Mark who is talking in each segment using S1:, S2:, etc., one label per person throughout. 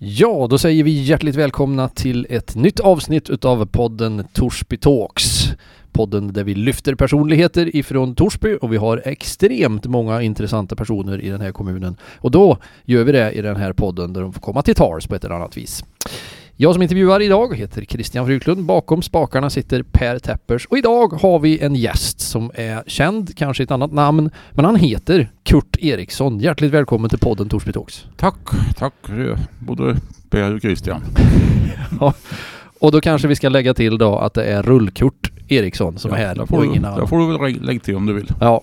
S1: Ja, då säger vi hjärtligt välkomna till ett nytt avsnitt utav podden Torsby Talks. Podden där vi lyfter personligheter ifrån Torsby och vi har extremt många intressanta personer i den här kommunen. Och då gör vi det i den här podden där de får komma till tals på ett eller annat vis. Jag som intervjuar idag heter Christian Fryklund. Bakom spakarna sitter Per Teppers och idag har vi en gäst som är känd, kanske ett annat namn, men han heter Kurt Eriksson. Hjärtligt välkommen till podden Torsby Talks.
S2: Tack, tack eh, både Per och Christian.
S1: Och då kanske vi ska lägga till då att det är Rullkurt Eriksson som är här.
S2: Där
S1: och
S2: får, du,
S1: ingen
S2: där
S1: annan.
S2: får du väl rä- lägga till om du vill.
S1: Ja.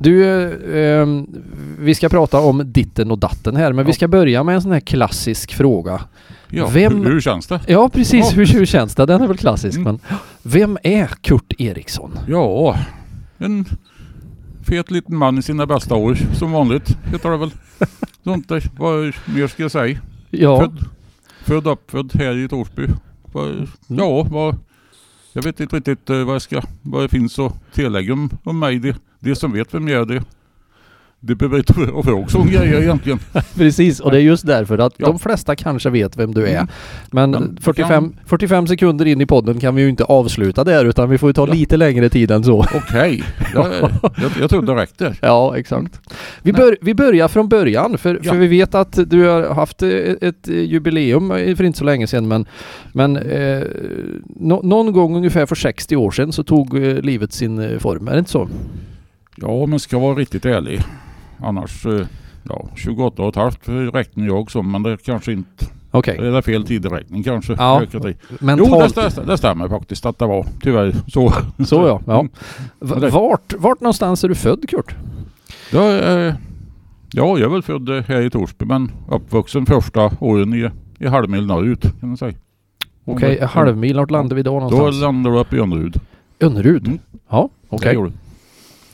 S1: Du, eh, ehm, vi ska prata om ditten och datten här, men vi
S2: Ja.
S1: ska börja med en sån här klassisk fråga.
S2: Ja,
S1: Vem-
S2: hur, hur känns det?
S1: Ja, precis.
S2: Ja.
S1: Hur, hur känns det? Den är väl klassisk,
S2: Mm.
S1: men vem är Kurt Eriksson?
S2: Ja, en fet liten man i sina bästa år som vanligt heter det väl. Sånt där. Vad mer ska jag säga?
S1: Ja,
S2: Född, född uppfödd här i Torsby. Vad-
S1: Mm.
S2: Ja, vad, jag vet inte riktigt eh, vad, jag ska, vad det finns att tillägga om, om mig. Det, det som vet vem jag är, det, det behöver inte vara fråga sån grejer egentligen.
S1: precis. Och det är just därför att
S2: Ja.
S1: de flesta kanske vet vem du är.
S2: Mm.
S1: Men
S2: Men vi
S1: 45, 45 sekunder in i podden kan vi ju inte avsluta där, utan vi får ju ta
S2: Ja.
S1: lite längre tid än så.
S2: Okej, jag, jag, jag trodde det räckte.
S1: Ja, exakt. Vi, bör, vi börjar från början, för,
S2: Ja.
S1: för vi vet att du har haft eh, ett eh, jubileum eh, för inte så länge sedan, men, men eh, nå- någon gång ungefär för 60 år sedan så tog eh, livet sin eh, form, är det inte så?
S2: Ja, men ska vara riktigt ärlig. Annars, eh, ja, 28 och ett halvt räknar jag som, men det är kanske inte,
S1: Okej,
S2: det är fel tideräkning kanske.
S1: Ja.
S2: Ökat i. Eh, Jo, det,
S1: mentalt.
S2: stä- det stämmer faktiskt att det var, tyvärr. Så,
S1: Så ja. ja. V-
S2: Mm. Det-
S1: Vart, vart någonstans är du född Kurt?
S2: Då, eh, ja, jag är väl född eh, här i Torsby, men uppvuxen första åren i, i halvmil norrut kan man säga. Om
S1: Okej,
S2: det-
S1: en halvmil, vart landar vi då
S2: Då
S1: någonstans?
S2: landar du uppe i Önnerud.
S1: Önnerud?
S2: Mm.
S1: Ja,
S2: Det
S1: okej.
S2: gjorde du.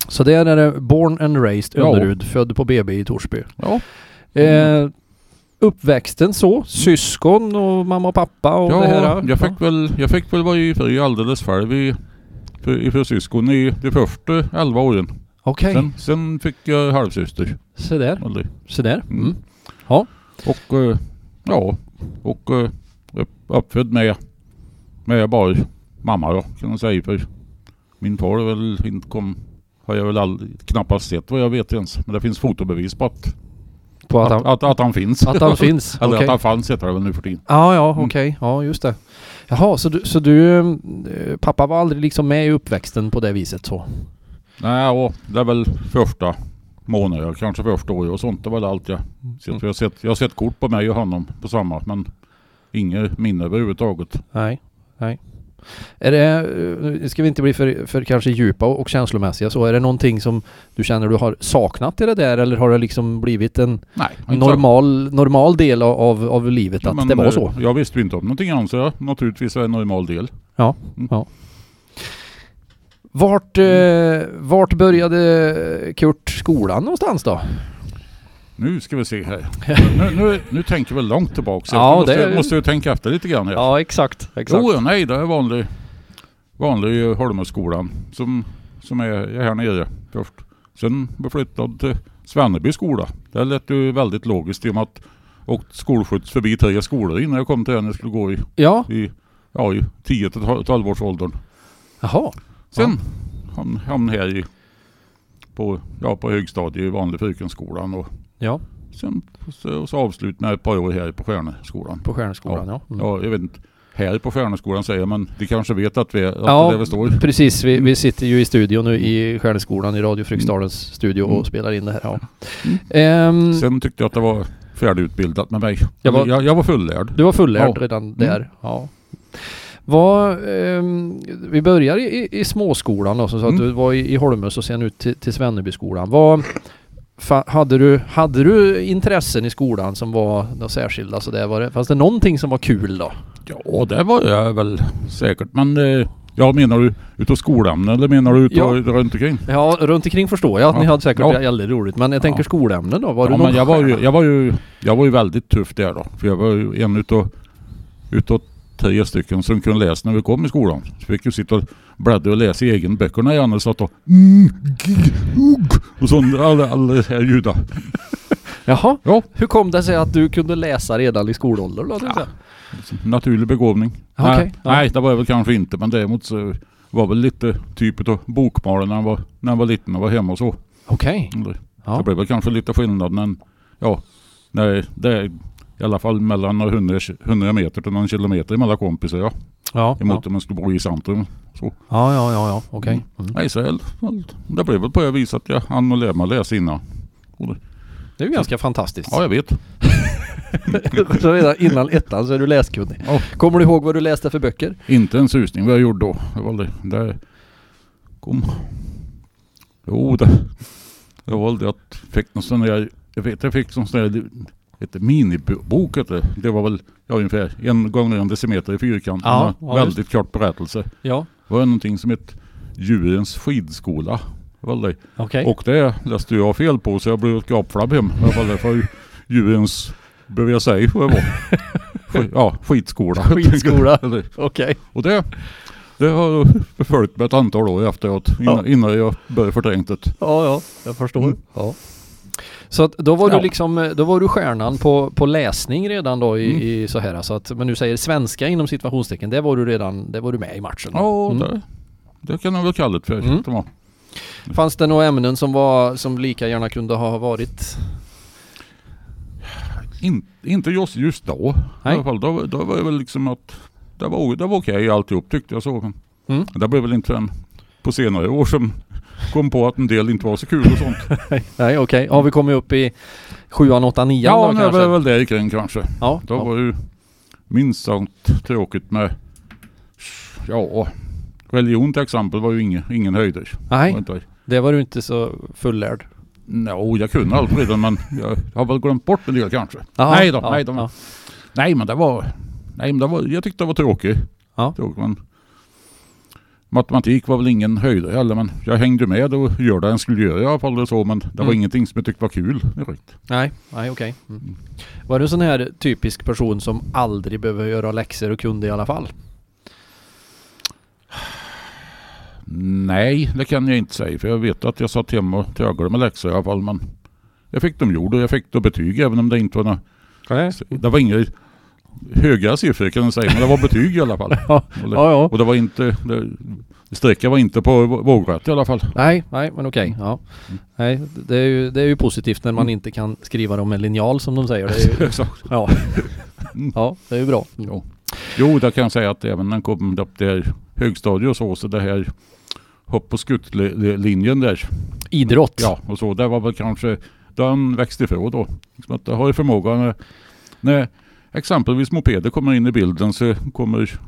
S1: Så där är det born and raised
S2: Ja.
S1: Önnerud, född på BB i Torsby.
S2: Ja,
S1: Eh,
S2: Mm.
S1: uppväxten så, syskon och mamma och pappa och det
S2: ja
S1: här.
S2: jag, fick väl, jag fick väl vara i fri alldeles själv i, i, i syskon i de första elva åren.
S1: Okej,
S2: Sen, sen fick jag halvsyster.
S1: se där,
S2: Molly.
S1: se där.
S2: Mm.
S1: Mm.
S2: Och eh, ja, och eh, upp- uppfödd med, med bara mamma då kan man säga. För min far är väl inte kom, har jag väl aldrig, knappast sett vad jag vet ens. Men det finns fotobevis på att,
S1: På att
S2: att,
S1: han,
S2: att, att, han finns.
S1: att han finns.
S2: Eller
S1: Okej.
S2: att han fanns heter det väl nu för tiden.
S1: Ja, ja,
S2: Mm.
S1: okej. Ja, just det. Jaha, så du, så du... eh, Pappa var aldrig liksom med i uppväxten på det viset så?
S2: Nej, och det är väl första månader, kanske första året och sånt. Det var väl allt jag
S1: Mm.
S2: sett. För Jag, har sett jag har sett kort på mig och honom på samma, men inget minne överhuvudtaget.
S1: Mm. Nej, nej. Är det, eh, nu ska vi inte bli för, för kanske djupa och, och känslomässiga så, är det någonting som du känner du har saknat i det där eller har det liksom blivit en
S2: Nej, inte så.
S1: normal, normal del av- av, av livet att
S2: Men,
S1: det var
S2: eh,
S1: så?
S2: Jag visste ju inte om någonting annat så jag, naturligtvis är det en normal del.
S1: Vart, eh, vart började Kurt skolan någonstans då?
S2: Nu ska vi se här. nu, nu, nu tänker vi långt tillbaka. så
S1: Ja,
S2: jag måste,
S1: det-
S2: måste ju tänka efter lite grann här.
S1: exakt.
S2: jo, nej, det är vanlig, vanlig eh, Holmeskolan som, som är är här nere först. Sen förflyttad till Svenneby skola. Det lät ju väldigt logiskt i och med att och skolskjuts förbi tre skolor innan jag kom till den jag skulle gå i,
S1: Ja,
S2: i, ja, i 10 till 12 års åldern.
S1: jaha.
S2: Sen hamn- hamnade jag i, på, ja, på högstadiet i vanlig Fyrkenskolan och
S1: Ja,
S2: sen så, så avslutade jag ett par år här på Stjärneskolan.
S1: på Stjärnskolan ja. Mm.
S2: Ja, jag vet inte. Här på Stjärneskolan säger jag, men de kanske vet att, vi, är- att
S1: Ja.
S2: det är där vi står.
S1: Precis, vi, vi sitter ju i studion nu i Stjärnskolan i Radio Fryksdalens studio och
S2: Mm.
S1: spelar in det här. Ja.
S2: Mm.
S1: Ehm,
S2: Sen tyckte jag att det var färdigutbildat med mig.
S1: Jag
S2: Jag
S1: var-
S2: var, jag, jag var fullärd.
S1: du var fullärd
S2: Ja. Mm.
S1: redan där. Ja. Vad, ehm, vi börjar i, i, i småskolan då, som så att
S2: Mm.
S1: du var i, i Holmös och sen ut till, till Svennebyskolan. Vad, fa, hade, du, hade du intressen i skolan som var något särskilda sådär? Var det, fanns det någonting som var kul då?
S2: Ja, det var jag väl säkert. Men eh, ja, menar du utav skolämnen eller menar du utav runt omkring?
S1: Ja, runt omkring förstår jag att
S2: Ja.
S1: ni hade säkert
S2: Ja.
S1: väldigt roligt, men jag tänker
S2: Ja.
S1: skolämnen då? Var
S2: ja,
S1: du någon
S2: men jag var, ju,
S1: stjärna?
S2: jag, var ju, jag var ju väldigt tuff där då. För jag var ju en utav, utav tio stycken som kunde läsa när vi kom i skolan. Så fick ju sitta och bläddra och läsa i egen böckerna Mm, igen och satt och... Och sån all, all, all här ljuda.
S1: Jaha,
S2: Ja,
S1: hur kom det sig att du kunde läsa redan i skolåldern då? tänkte jag?
S2: naturlig begåvning.
S1: Okej,
S2: nej,
S1: ja.
S2: nej, det var jag väl kanske inte men däremot så var väl lite typ av bokmalare när han var, när han var liten och var hemma och så.
S1: Okej.
S2: Eller, Det
S1: Ja.
S2: blev väl kanske lite skillnad men ja, nej, det är i alla fall mellan några 100, 100 meter till någon kilometer mellan kompisar ja.
S1: Ja, ja. Mm.
S2: Emot om man skulle bo i centrum. Så.
S1: ja, ja, ja, ja. okej. Mm.
S2: Nej, så jag- det blev väl på det viset att jag hann och lära mig läsa innan.
S1: Det är ju ganska fantastiskt.
S2: Ja, jag vet.
S1: så redan innan ettan så är du läskunnig.
S2: Ja.
S1: Kommer du ihåg vad du läste för böcker?
S2: Inte en susning vad jag gjorde då. Det var det. det kom. Jo, det, det var aldrig att fick någon sån där, jag vet jag fick någon sån där, ett minibok heter det. Det var väl ja, ungefär en gånger en decimeter i fyrkant.
S1: Ja,
S2: Det var
S1: ja,
S2: väldigt kort berättelse.
S1: Ja.
S2: Det var någonting som ett djurens skidskola. Det var det.
S1: Okej.
S2: Och det läste jag fel på så jag blev ett gapflabb hem. I alla fall det var djurens, behöver jag säga vad det var? Sk- Ja, skitskola.
S1: Skitskola.
S2: Eller-
S1: Okej.
S2: och det, det har förföljt mig ett antal år efteråt innan,
S1: Ja.
S2: innan jag började förträngt det.
S1: Ja, ja. Jag förstår.
S2: Mm.
S1: Ja. Så att då var
S2: Ja.
S1: du liksom, eh, då var du stjärnan på, på läsning redan då i,
S2: Mm.
S1: i så här. Så att, men du säger svenska inom situationstecken, det var du redan, det var du med i matchen.
S2: Ja,
S1: Mm.
S2: det, det kan jag väl kalla det för.
S1: Mm.
S2: att det var.
S1: Fanns det några ämnen som var, som lika gärna kunde ha varit?
S2: In, inte just, just då.
S1: Nej.
S2: I alla fall, då, då var det väl liksom att det var, det var okej alltihop tyckte jag så. Men
S1: Mm.
S2: Det blev väl inte förrän på senare år som kom på att en del inte var så kul och sånt.
S1: Nej, okej. Har vi kommit upp i sjuan, åttan, nian
S2: ja,
S1: då
S2: det
S1: kanske?
S2: var väl det kring kanske.
S1: Ja,
S2: Då
S1: ja.
S2: var det ju minst sagt tråkigt med, ja, religion till exempel var ju ingen, ingen höjder. Det var
S1: Nej,
S2: inte-
S1: det var du inte så fullärd.
S2: No, jag kunde allt redan men jag har väl glömt bort en del kanske.
S1: Jaha,
S2: nej då,
S1: ja,
S2: nej då.
S1: ja.
S2: Nej men det var... Nej men det var... Jag tyckte det var tråkigt.
S1: Ja.
S2: Tråkigt, men matematik var väl ingen höjd heller men jag hängde med och gjorde det en skulle göra i alla fall och så men det var
S1: Mm.
S2: ingenting som jag tyckte var kul direkt.
S1: Nej, nej okej. Mm. Var du en sån här typisk person som aldrig behöver göra läxor och kunde i alla fall?
S2: Nej, det kan jag inte säga för jag vet att jag satt hemma och tröglade med läxor i alla fall men jag fick dem gjorda och jag fick då betyg även om det inte var några...
S1: Nej.
S2: Det var inga höga siffror kan jag säga men det var betyg i alla fall.
S1: Ja,
S2: Eller-
S1: ja, ja.
S2: Och det var inte, det, sträckan var inte på vå- vågrätt i alla fall.
S1: Nej, nej men okej. Ja.
S2: Mm.
S1: Nej, det är, ju, det är ju positivt när man inte kan skriva dem med linjal som de säger. Det är ju,
S2: Exakt.
S1: ja. ja, det är ju bra. Mm.
S2: Jo. jo, där kan jag säga att även när han kom upp till högstadiet och så, så det här hopp och skuttlinjen där.
S1: Idrott.
S2: Ja, och så, det var väl kanske, den växte ifrån då. Liksom att det har ju förmågan, när, när exempelvis mopeder kommer in i bilden så kommer,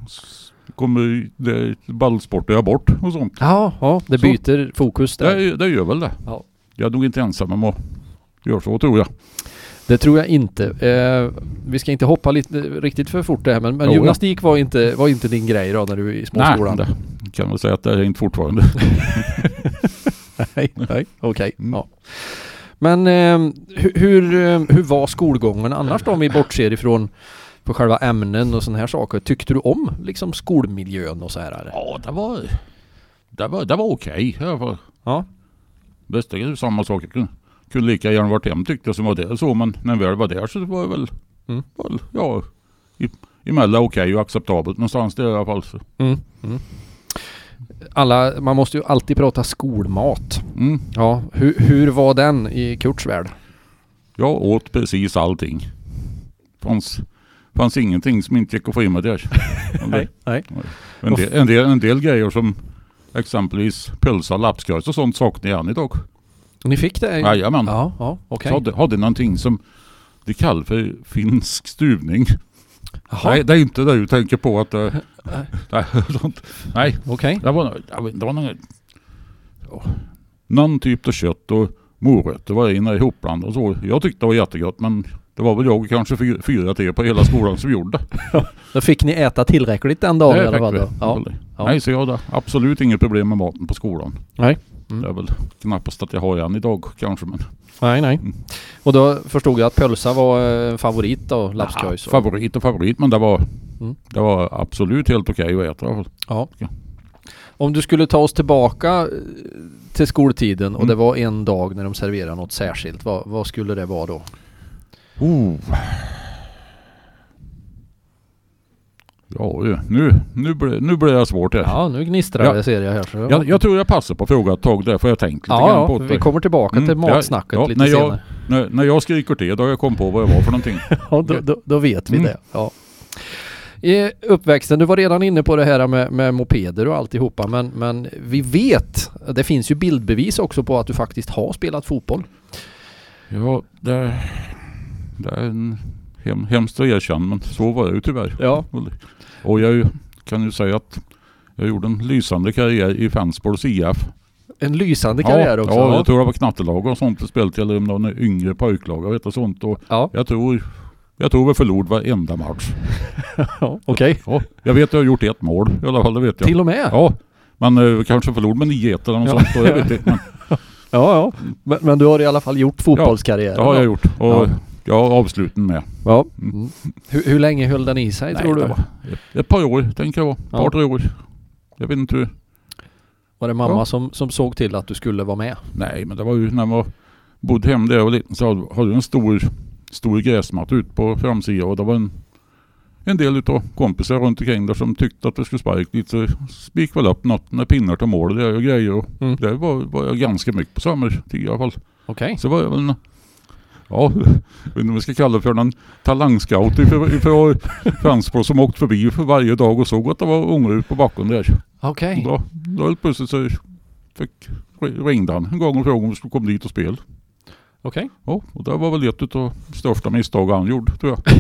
S2: kommer det ballsporter bort och sånt.
S1: Ja, ja det
S2: Så.
S1: byter fokus där.
S2: Det, det gör väl det.
S1: Ja.
S2: Jag är nog inte ensam om att göra så tror jag.
S1: Det tror jag inte. Eh, vi ska inte hoppa lite, riktigt för fort det här men, men
S2: Jo, ja.
S1: gymnastik var inte, var inte din grej då när du var i småskolan?
S2: Nej, det kan väl säga att det är inte fortfarande.
S1: Nej, nej, okej.
S2: Mm.
S1: Ja. Men eh, hur, hur, eh, hur var skolgången annars då om vi bortser ifrån på själva ämnen och sådana här saker? Tyckte du om liksom skolmiljön och så här? Eller?
S2: Ja, det var, det var, det var okej i alla fall.
S1: Ja.
S2: Bästa är ju samma sak. Jag kunde, kunde lika gärna varit hem tyckte jag som var där så. Men när jag väl var där så var det väl,
S1: Mm.
S2: väl ja, i, emellan okej och acceptabelt någonstans där i alla fall. Så.
S1: Mm. Mm. Alla, man måste ju alltid prata skolmat.
S2: Mm.
S1: Ja, hur, hur var den i Kurts värld?
S2: Jag åt precis allting. Fanns, fanns ingenting som inte gick att få i mig där.
S1: Nej, nej.
S2: En, del, en, del, en del grejer som exempelvis pölsa, lapskaus och sånt saknar jag än idag.
S1: Ni fick det?
S2: Jajamän.
S1: Ja, ja okej.
S2: Så hade, hade någonting som de kallar för finsk stuvning.
S1: Jaha,
S2: Nej, det är inte det du tänker på att det...
S1: Nej.
S2: Nej, sånt. Nej,
S1: okej.
S2: det var, jag vet inte, det var någon, ja, någon typ av kött och morötter var inne ihopblandat och så. Jag tyckte det var jättegott men det var väl jag och kanske fyra, fyra till på hela skolan som gjorde det.
S1: Då fick ni äta tillräckligt den dagen
S2: Det
S1: eller
S2: fick
S1: vad?
S2: vi.
S1: då? Ja. ja.
S2: Nej, så jag hade absolut inget problem med maten på skolan.
S1: Nej.
S2: Det är
S1: Mm.
S2: väl knappast att jag har än idag kanske men...
S1: Nej, nej.
S2: Mm.
S1: Och då förstod jag att pölsa var eh, favorit då, lapskojs?
S2: Ja, favorit och favorit men det var,
S1: Mm.
S2: det var absolut helt okej att äta i alla fall.
S1: Ja. Om du skulle ta oss tillbaka eh, till skoltiden och
S2: Mm.
S1: det var en dag när de serverade något särskilt, vad, vad skulle det vara då?
S2: Oh. Ja du, nu, nu, ble, nu blir det svårt här.
S1: Ja, nu gnistrar
S2: Ja.
S1: det ser jag här. Så.
S2: Jag, jag tror jag passar på att fråga ett tag där, för jag tänkt lite
S1: ja,
S2: grann
S1: ja,
S2: på
S1: vi
S2: det.
S1: kommer tillbaka till
S2: Mm, ja,
S1: matsnacket
S2: ja,
S1: lite
S2: när jag-
S1: senare.
S2: När, när jag skriker till, då har jag kommit på vad jag var för någonting.
S1: Ja, då, då, då vet vi
S2: Mm.
S1: det. Ja. I uppväxten, du var redan inne på det här med, med mopeder och alltihopa, men, men vi vet, det finns ju bildbevis också på att du faktiskt har spelat fotboll.
S2: Ja, det, det är en hem, hemskt att erkänna, men så var jag ju tyvärr.
S1: Ja.
S2: Och jag ju- kan ju säga att jag gjorde en lysande karriär i Fensborgs IF.
S1: En lysande karriär också.
S2: Ja, jag
S1: Ja,
S2: tror det var knattelag och sånt jag spelade till, eller om det var någon yngre pojklag och vet och sånt. Och
S1: ja.
S2: jag tror, jag tror vi förlorade varenda match.
S1: ja. okej.
S2: Ja, jag vet att jag har gjort ett mål i alla fall, det vet jag.
S1: Till och med. Ja,
S2: Ja, men eh, vi kanske förlorade med 9-1 eller något
S1: Ja.
S2: sånt. Och jag vet inte, men
S1: ja. Men, men du har i alla fall gjort fotbollskarriär.
S2: det har jag gjort.
S1: Ja.
S2: Och jag har avsluten med.
S1: Ja. Mm. Hur, hur länge höll den i sig
S2: Nej,
S1: tror du?
S2: det
S1: Var...
S2: var- Ett, ett par år, tänker jag. Ett par,
S1: Ja.
S2: tre år. Jag vet inte hur.
S1: det mamma
S2: Ja.
S1: som, som såg till att du skulle vara med?
S2: Nej, men det var ju när man bodde hemma där jag var liten så hade- hade jag en stor, stor gräsmatta ut på framsidan och det var en, en del utav kompisar runt omkring där som tyckte att det skulle sparka lite så spik väl upp något med pinnar till mål och det och grejer. Och
S1: Mm.
S2: Det var, var jag ganska mycket på sommartid i alla fall.
S1: Okej.
S2: Så var jag väl en, Ja, jag vet inte om jag ska kalla det för någon talangscout ifrån ifrån Fransbo som åkt förbi för varje dag och såg att det var ungar ut på backen där.
S1: Okej.
S2: Då, då helt plötsligt så fick, ringde han en gång och frågade om vi skulle komma dit och spela.
S1: Okej.
S2: Ja, och det var väl ett utav största misstag han gjorde tror jag.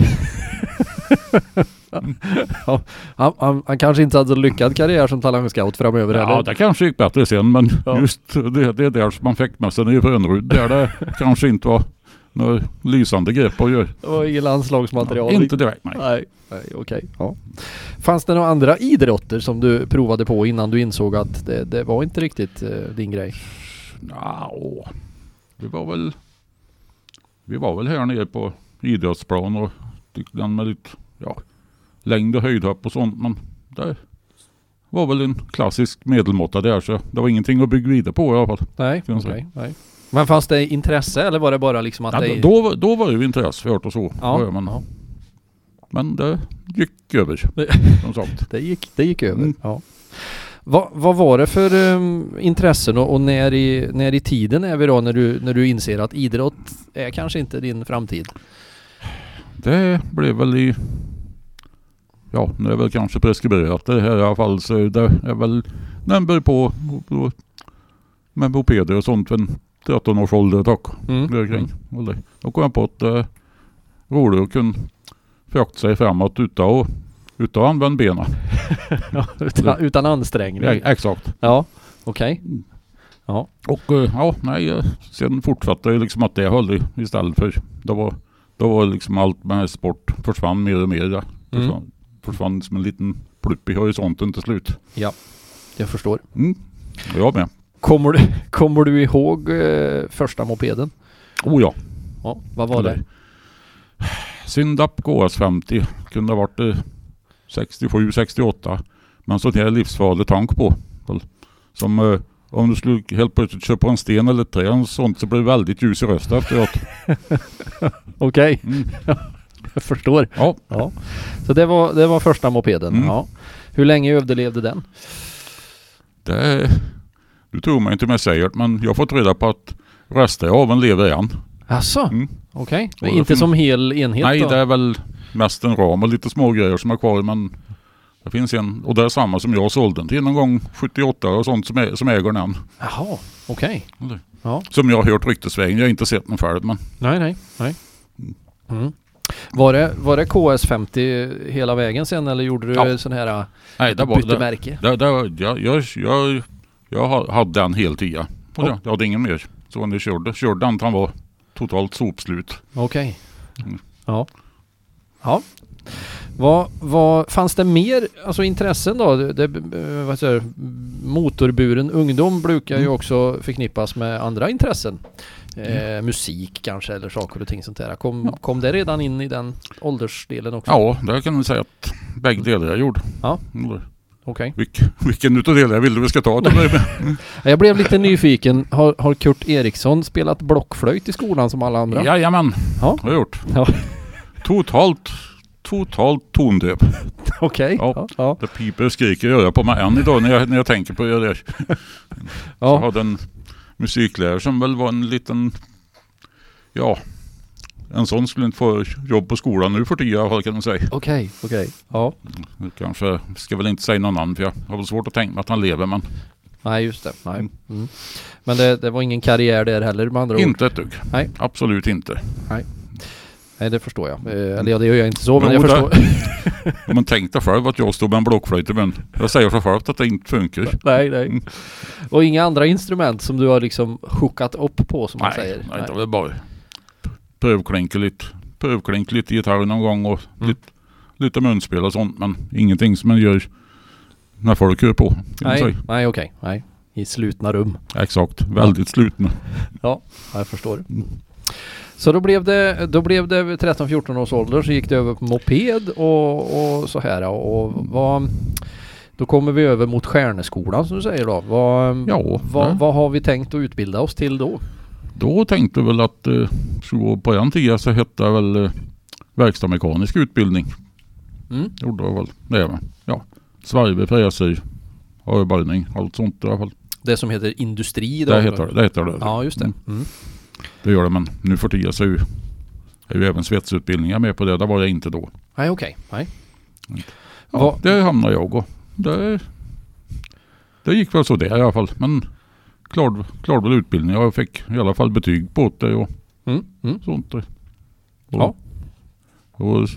S1: Han, han, han kanske inte hade så lyckad karriär som talangscout framöver
S2: Ja,
S1: heller.
S2: det kanske gick bättre sen men
S1: Ja.
S2: just det, det där som man fick med sig nere på Önnerud, där det kanske inte var några lysande grepp att göra.
S1: Det var inget landslagsmaterial.
S2: Inte direkt nej.
S1: Nej, nej okej. Ja. Fanns det några andra idrotter som du provade på innan du insåg att det, det var inte riktigt eh, din grej?
S2: Nja, åh. vi var väl Vi var väl här nere på idrottsplan och tyckte den med lite ja, längd och höjdhopp och sånt men det var väl en klassisk medelmåtta där så det var ingenting att bygga vidare på i alla fall.
S1: Nej, okej.
S2: Finns det.
S1: nej. Men fanns det intresse eller var det bara liksom att
S2: Ja,
S1: det...
S2: då, då, var- då var det ju intresse för det och så.
S1: Ja,
S2: var det, men,
S1: ja.
S2: men det gick över som sagt.
S1: Det gick, det gick över.
S2: Mm.
S1: Ja. Vad, vad var det för ehm, intressen och, och när, i, när i tiden är vi då när du, när du inser att idrott är kanske inte din framtid?
S2: Det blev väl i Ja, nu är väl kanske preskriberat det här i alla fall så det är väl när man börjar på på- med mopeder och sånt vid en 13 års ålder ett tag.
S1: Mm.
S2: Därkring. Och det- Då kom jag på att det är roligt att kunna frakta sig framåt utan att, utan att använda benen.
S1: Ja, utan, utan ansträngning?
S2: Ja, exakt.
S1: Ja, okej.
S2: Och eh, ja, nej, eh, sen fortsatte det liksom att det höll i- istället för då var, då var liksom allt med sport försvann mer och mer. Det
S1: Mm.
S2: Försvann, försvann som en liten plupp i horisonten till slut.
S1: Jag förstår.
S2: Mm. Och jag med.
S1: Kommer du, kommer du ihåg eh, första mopeden?
S2: Oh ja.
S1: Ja, vad var det?
S2: Syndap KS 50 kunde ha varit eh, 67, 68. Men sån här livsfarlig tank på. Väl, Som eh, om du skulle helt plötsligt köpa en sten eller ett träd och sånt så blir det väldigt ljus i rösten efteråt.
S1: Okej,
S2: Mm.
S1: jag förstår.
S2: Ja,
S1: Ja. Så det var, det var första mopeden.
S2: Mm.
S1: Ja. Hur länge överlevde den?
S2: Det är, du tror mig inte om jag säger det, men jag har fått reda på att rester av en lever än.
S1: Jaså?
S2: Mm.
S1: Okej.
S2: Och det
S1: Inte
S2: fin-
S1: som hel enhet
S2: Nej,
S1: då?
S2: det är väl mest en ram och lite små grejer som är kvar, men det finns en och det är samma som jag sålde den till någon gång 78 och sånt som, ä- som äger den.
S1: Jaha, okej.
S2: Eller?
S1: Ja.
S2: Som jag har hört ryktesvägen, jag har inte sett den själv, men
S1: Nej, nej, nej. Mm. Var, det, var det KS50 hela vägen sen eller gjorde du
S2: Ja.
S1: sån här äh,
S2: nej, det var,
S1: bytte
S2: det,
S1: märke?
S2: det, det, var- jag, jag, jag, jag ha- hade den heltida. Och
S1: Ja.
S2: jag, jag hade ingen mer. Så när jag körde, körde den, han var totalt sopslut.
S1: Okej.
S2: Mm.
S1: Ja. Ja. Vad, vad, fanns det mer alltså intressen då? Det, det, eh, vad säger, jag, motorburen ungdom brukar ju
S2: Mm.
S1: också förknippas med andra intressen. Eh, musik kanske eller saker och ting sånt där. Kom, kom det redan in i den åldersdelen också?
S2: Ja, det kan man säga att bägge delar jag gjorde.
S1: Ja.
S2: Eller,
S1: Okej.
S2: Vilk, vilken utav delarna vill du vi ska ta till att börja med?
S1: Jag blev lite nyfiken. Har, har Kurt Eriksson spelat blockflöjt i skolan som alla andra?
S2: Jajamän,
S1: Ja.
S2: har jag gjort.
S1: Ja.
S2: Totalt, totalt tondöv.
S1: Okej.
S2: Ja.
S1: Ja. Ja.
S2: Det piper och skriker i örat på mig än idag när jag, när jag tänker på det där. Jag
S1: Ja.
S2: hade en musiklärare som väl var en liten, ja, en sån skulle inte få jobb på skolan nu för tiden i alla fall, kan man säga.
S1: Okej, okej. Ja.
S2: Nu Kanske, ska väl inte säga någon namn för jag har väl svårt att tänka mig att han lever men
S1: Nej, just det. Nej.
S2: Mm.
S1: Mm. Men det, det var ingen karriär där heller med andra ord.
S2: inte ett dugg.
S1: Nej.
S2: Absolut inte.
S1: Nej, det förstår jag. Eh, Eller ja, det gör jag inte så, men
S2: Mm. Jo,
S1: jag
S2: det-
S1: förstår.
S2: Men tänk dig själv att jag står med en blockflöjt i mun. Jag säger för själv att det inte funkar.
S1: nej, nej. Och inga andra instrument som du har liksom hookat upp på som man säger?
S2: nej, det var väl bara prövklinka lite. Prövklinka lite gitarr någon gång och
S1: Mm.
S2: lite, lite munspel och sånt. Men ingenting som man gör när folk hör på. kan man
S1: nej,
S2: säga.
S1: nej okej. Nej. I slutna rum.
S2: Exakt, väldigt slutna.
S1: Ja, jag förstår.
S2: Mm.
S1: Så då blev det, då blev det vid 13-14 års ålder så gick det över på moped och, och så här och vad, Då kommer vi över mot stjärneskolan som du säger då. Vad,
S2: Ja,
S1: vad,
S2: det-
S1: vad har vi tänkt att utbilda oss till då?
S2: Då tänkte jag väl att eh, så på den tiden så hette det väl eh, verkstadsmekanisk utbildning.
S1: Mm.
S2: Gjorde jag väl. Det med. Ja. Svarve, fräser, avböjning, allt sånt i alla fall.
S1: Det som heter industri idag?
S2: Det heter det. heter det.
S1: Ja, just det. Mm.
S2: Det gör det men nu för tiden så är ju, är ju även svetsutbildningar med på det. Det var jag inte då.
S1: Nej, okej. Nej.
S2: Ja,
S1: Vad-
S2: Där hamnade jag och det, det gick väl så där i alla fall. Men klarade klar väl utbildningen. Jag fick i alla fall betyg på det och
S1: Mm. Mm.
S2: sånt. Och,
S1: Ja.
S2: och,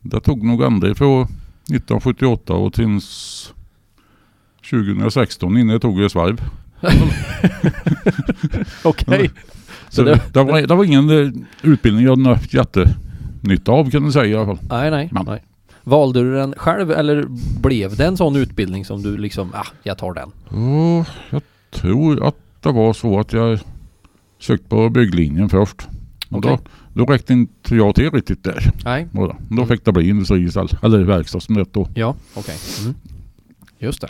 S2: det tog nog ända från 1978 och tills 2016 innan jag tog det i svarv.
S1: Okej.
S2: Mm. Så
S1: det-
S2: det, det, var, det var ingen eh, utbildning jag hade något jättenytta av kan man säga i alla fall.
S1: Nej, nej,
S2: Men-
S1: nej. Valde du den själv eller blev det en sån utbildning som du liksom, ah, jag tar den?
S2: Ja, jag tror att det var så att jag sökte på bygglinjen först. Och
S1: Okej.
S2: då, då räckte inte jag till riktigt där.
S1: Nej.
S2: Och Då, då fick det bli industri istället, eller verkstad som det hette då.
S1: Ja, okej. Mm. Just det.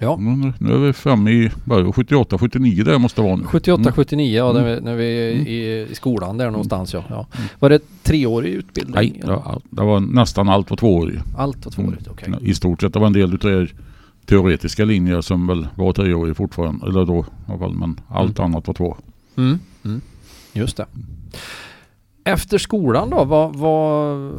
S1: Ja.
S2: Men nu är vi framme i 78-79 där måste det vara nu.
S1: 78,
S2: Mm.
S1: 79, ja,
S2: Mm.
S1: när vi, när vi är i, i skolan där någonstans ja. ja. Var det treårig utbildning?
S2: Nej, ja, Mm. det var nästan allt på två år.
S1: Allt var tvåårigt, okej.
S2: I stort sett. Det var en del utav er teoretiska linjer som väl var treårig fortfarande. Eller då i alla fall. Men allt annat var två.
S1: Mm. Mm. Just det. Efter skolan då, vad, vad,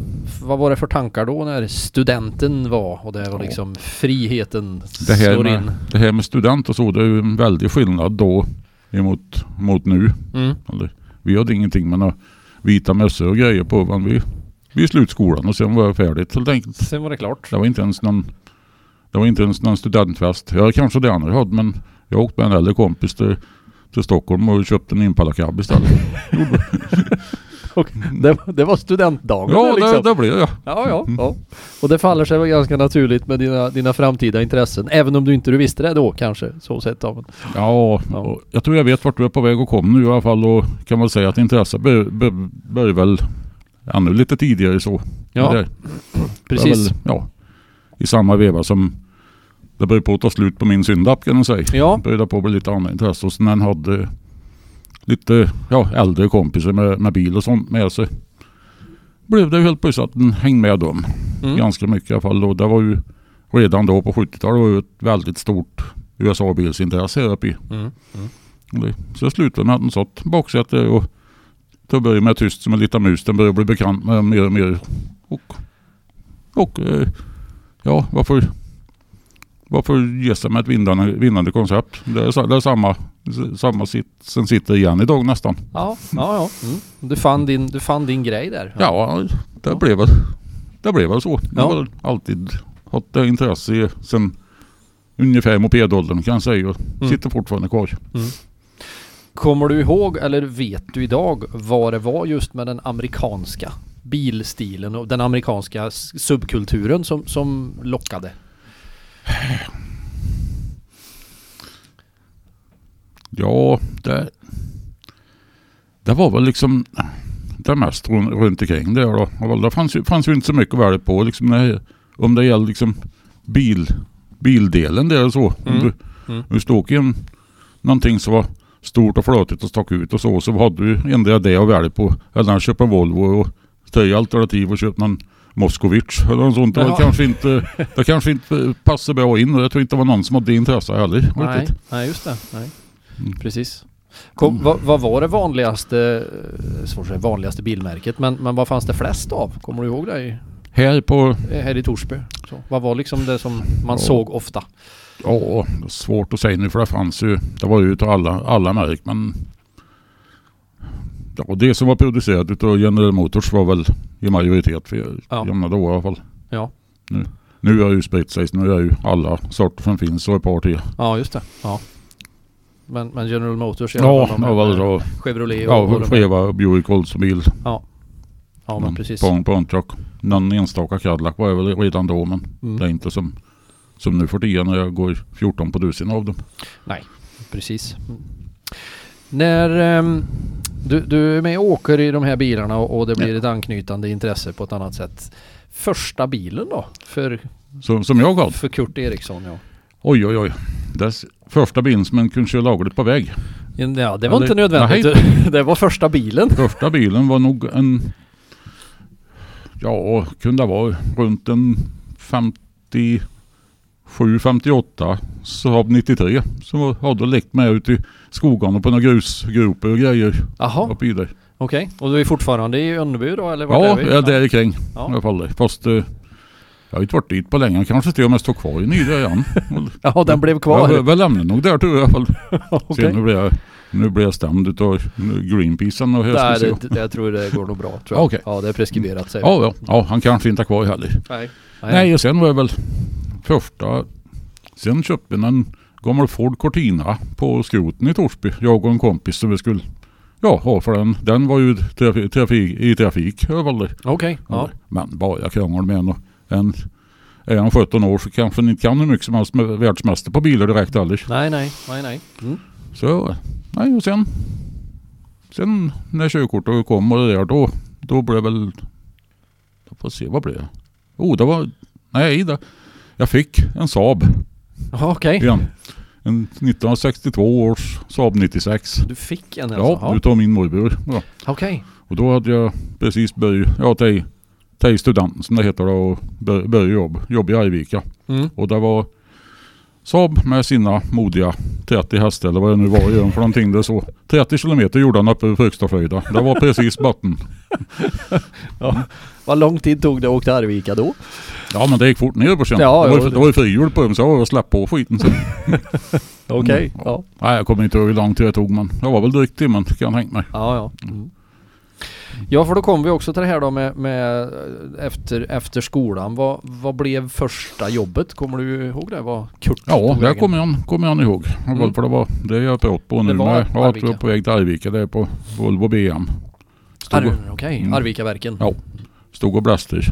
S1: vad var det för tankar då när studenten var och det var
S2: Ja.
S1: liksom friheten
S2: Det här,
S1: slår in?
S2: med, det här med student och så, det är ju en väldig skillnad då emot mot nu.
S1: Mm.
S2: Eller, vi hade ingenting med några vita mössor och grejer på. Men vi, vi slutskolan och sen var jag färdigt helt enkelt.
S1: Sen var det klart.
S2: Det var inte ens någon, det var inte ens någon studentfest. Jag kanske det andra hade men jag åkte med en äldre kompis till, till Stockholm och köpte en Impala cab istället.
S1: Och det, var- det var studentdagen
S2: ja,
S1: där, liksom.
S2: det, Mm. det blev jag.
S1: Ja, ja, ja. Och det faller sig väl ganska naturligt med dina, dina framtida intressen. Även om du inte du visste det då kanske, så sett av
S2: Ja,
S1: Ja.
S2: och jag tror jag vet vart du är på väg och kom nu i alla fall och kan väl säga att intresset bör- bör- börjar väl ännu lite tidigare så.
S1: Ja,
S2: Det- det är
S1: precis.
S2: väl, ja, I samma veva som det började på att ta slut på min syndapp kan man säga.
S1: Ja,
S2: Började på att bli lite andra intresse och sen han hade lite ja, äldre kompisar med, med bil och sånt med sig. Blev det ju helt plötsligt att den hängde med dem
S1: mm.
S2: ganska mycket i alla fall. Och det var ju redan då på 70-talet var ju ett väldigt stort USA-bilsintresse här uppe i.
S1: Mm.
S2: Det- Så jag slutade med att den satt baksäte och då började med tyst som en liten mus. Den började bli bekant med mer och mer. Och, och eh, ja, varför, varför ge sig med ett vinnande, vinnande koncept? Det är, sa- det är samma, samma sitt, sen sitter igen idag nästan.
S1: ja, ja. ja. Mm. Du, fann din, du fann din grej där.
S2: Ja, det,
S1: Ja.
S2: Blev, väl, det blev väl så. Jag
S1: Ja.
S2: har alltid haft det intresse i- sen ungefär mopedåldern kan jag säga. Och
S1: Mm.
S2: Sitter fortfarande kvar.
S1: Kommer du ihåg, eller vet du idag, vad det var just med den amerikanska bilstilen och den amerikanska s- subkulturen som, som lockade?
S2: Ja, det, det var väl liksom det mest run- runt omkring det då. Och väl, Det fanns ju, fanns ju inte så mycket att välja på liksom när om det gäller liksom bil, bildelen där och så. Om
S1: Mm.
S2: du,
S1: Mm.
S2: du stod i en, någonting som var stort och flatigt och stack ut och så, så hade du endera det att välja på. Eller köpa en Volvo och ta i alternativ och köpa någon Moskovic eller något sånt. Det,
S1: Ja.
S2: kanske inte, det kanske inte passar bra in och jag tror inte det var någon som hade det intresse heller.
S1: Nej,
S2: riktigt.
S1: nej, just det. Nej.
S2: Mm.
S1: Precis. Kom, vad, vad var det vanligaste, eh, svårt att säga vanligaste bilmärket, men, men vad fanns det flest av? Kommer du ihåg det? I, eh,
S2: Här på
S1: här i Torsby? Så, vad var liksom det som man
S2: Ja.
S1: såg ofta?
S2: Ja, det är svårt att säga nu för det fanns ju, det var ju utav alla, alla märk men ja, det som var producerat utav General Motors var väl i majoritet för
S1: Ja.
S2: jämna dagar i alla fall.
S1: Ja.
S2: Nu, nu har ju spritt sig, så nu är ju alla sorter som finns och ett par till.
S1: Ja, just det. Ja. Men, men General Motors i alla
S2: Ja,
S1: fall,
S2: det
S1: de-
S2: var bra.
S1: Chevrolet och... och
S2: Ja,
S1: de-
S2: Cheva, Buick, Oldsmobile,
S1: ja men precis.
S2: Pong, Pontiac. Någon enstaka Cadillac var jag väl redan då, men det är
S1: Mm,
S2: inte som, som nu för tiden när jag går 14 på dussin av dem.
S1: precis. Mm. När ehm, du, du är med och åker i de här bilarna och, och det blir ett anknytande intresse på ett annat sätt. Första bilen då? För,
S2: Så, som jag gav.
S1: för Kurt Eriksson ja.
S2: Oj, oj, oj. Dess första bilen som man kunde köra lagligt på väg.
S1: Ja, det var
S2: Eller-
S1: inte nödvändigt. Det var första bilen.
S2: Första bilen var nog en... Ja, kunde det vara runt en 57-58 Saab 93. Som hade lekt med ut i skogarna på några grusgropar och grejer.
S1: Jaha,
S2: Uppe i där.
S1: okej. Och du är fortfarande i Önneby då eller vart är
S2: Ja,
S1: vi?
S2: ja, där kring i
S1: Ja.
S2: alla fall. Fast eh, jag har inte varit dit på länge. Jag kanske till och med står kvar i Nydö igen.
S1: Jaha, den blev kvar.
S2: Jag, jag lämnade nog där tror jag i alla fall.
S1: Okej.
S2: Sen nu blir jag, nu blir jag stämd utav Greenpeace och jag ska
S1: Nej,
S2: se.
S1: det, det, jag tror det går nog bra. Tror jag.
S2: Okej.
S1: Ja, det är preskriberat säger vi.
S2: Ja, ja, ja, han kanske inte är kvar heller.
S1: Nej. Nej.
S2: Nej. och sen var jag väl första... Sen köpte jag en gammal Ford Cortina på skroten i Torsby. Jag och en kompis som vi skulle... Ja, ha för den. Den var ju trafi, trafik, i trafik överallt.
S1: Okej, ja.
S2: Men bara krångel med en och en... Är han 17 år så kanske han inte kan hur mycket som helst med världsmästare på bilar direkt heller.
S1: Nej, nej, nej, nej. Mm.
S2: Så, nej och sen... Sen när körkortet kom och det där då, då blev väl... Jag får se, vad blev det? Oh, det var... Nej, det, jag fick en Saab
S1: Jaha, Okej.
S2: igen. En 1962 års Saab 96.
S1: Du fick en alltså?
S2: Ja, utav min morbror. Ja.
S1: Ja. Okej.
S2: Och då hade jag precis börjat, ja, tej, tej studenten som det heter då, och bör- börjat jobb, jobb i Arvika.
S1: Mm.
S2: Och det var Saab med sina modiga 30 hästar eller vad det nu var i den för någonting. Det så. 30 kilometer gjorde han uppe vid Frökstadshöjda. Det var precis botten.
S1: Vad lång tid tog det att åka till Arvika då?
S2: Ja men det gick fort ner på sen.
S1: Ja,
S2: det, var,
S1: jo,
S2: ju- det var ju frihjul på dem så jag var och släpp på skiten. Så.
S1: Okej.
S2: Mm.
S1: Ja.
S2: Nej jag kommer inte ihåg hur lång tid det tog men jag var väl drygt timmen kan jag tänka mig.
S1: Ja, ja. Mm. Ja, för då kom vi också till det här då med, med eh, efter, efter skolan. Vad, vad blev första jobbet? Kommer du ihåg det? Vad Kurt tog
S2: Ja det
S1: vägen?
S2: kommer jag, kommer jag ihåg. Det var-
S1: Mm.
S2: För det var det jag pratade på
S1: Det
S2: nu
S1: var
S2: med. Ja, att vi
S1: Arvika.
S2: var på väg till Arvika. Det är på Volvo BM. Stod, och-
S1: Ar- Okej,
S2: Mm.
S1: Arvikaverken.
S2: Ja. stod och bläster.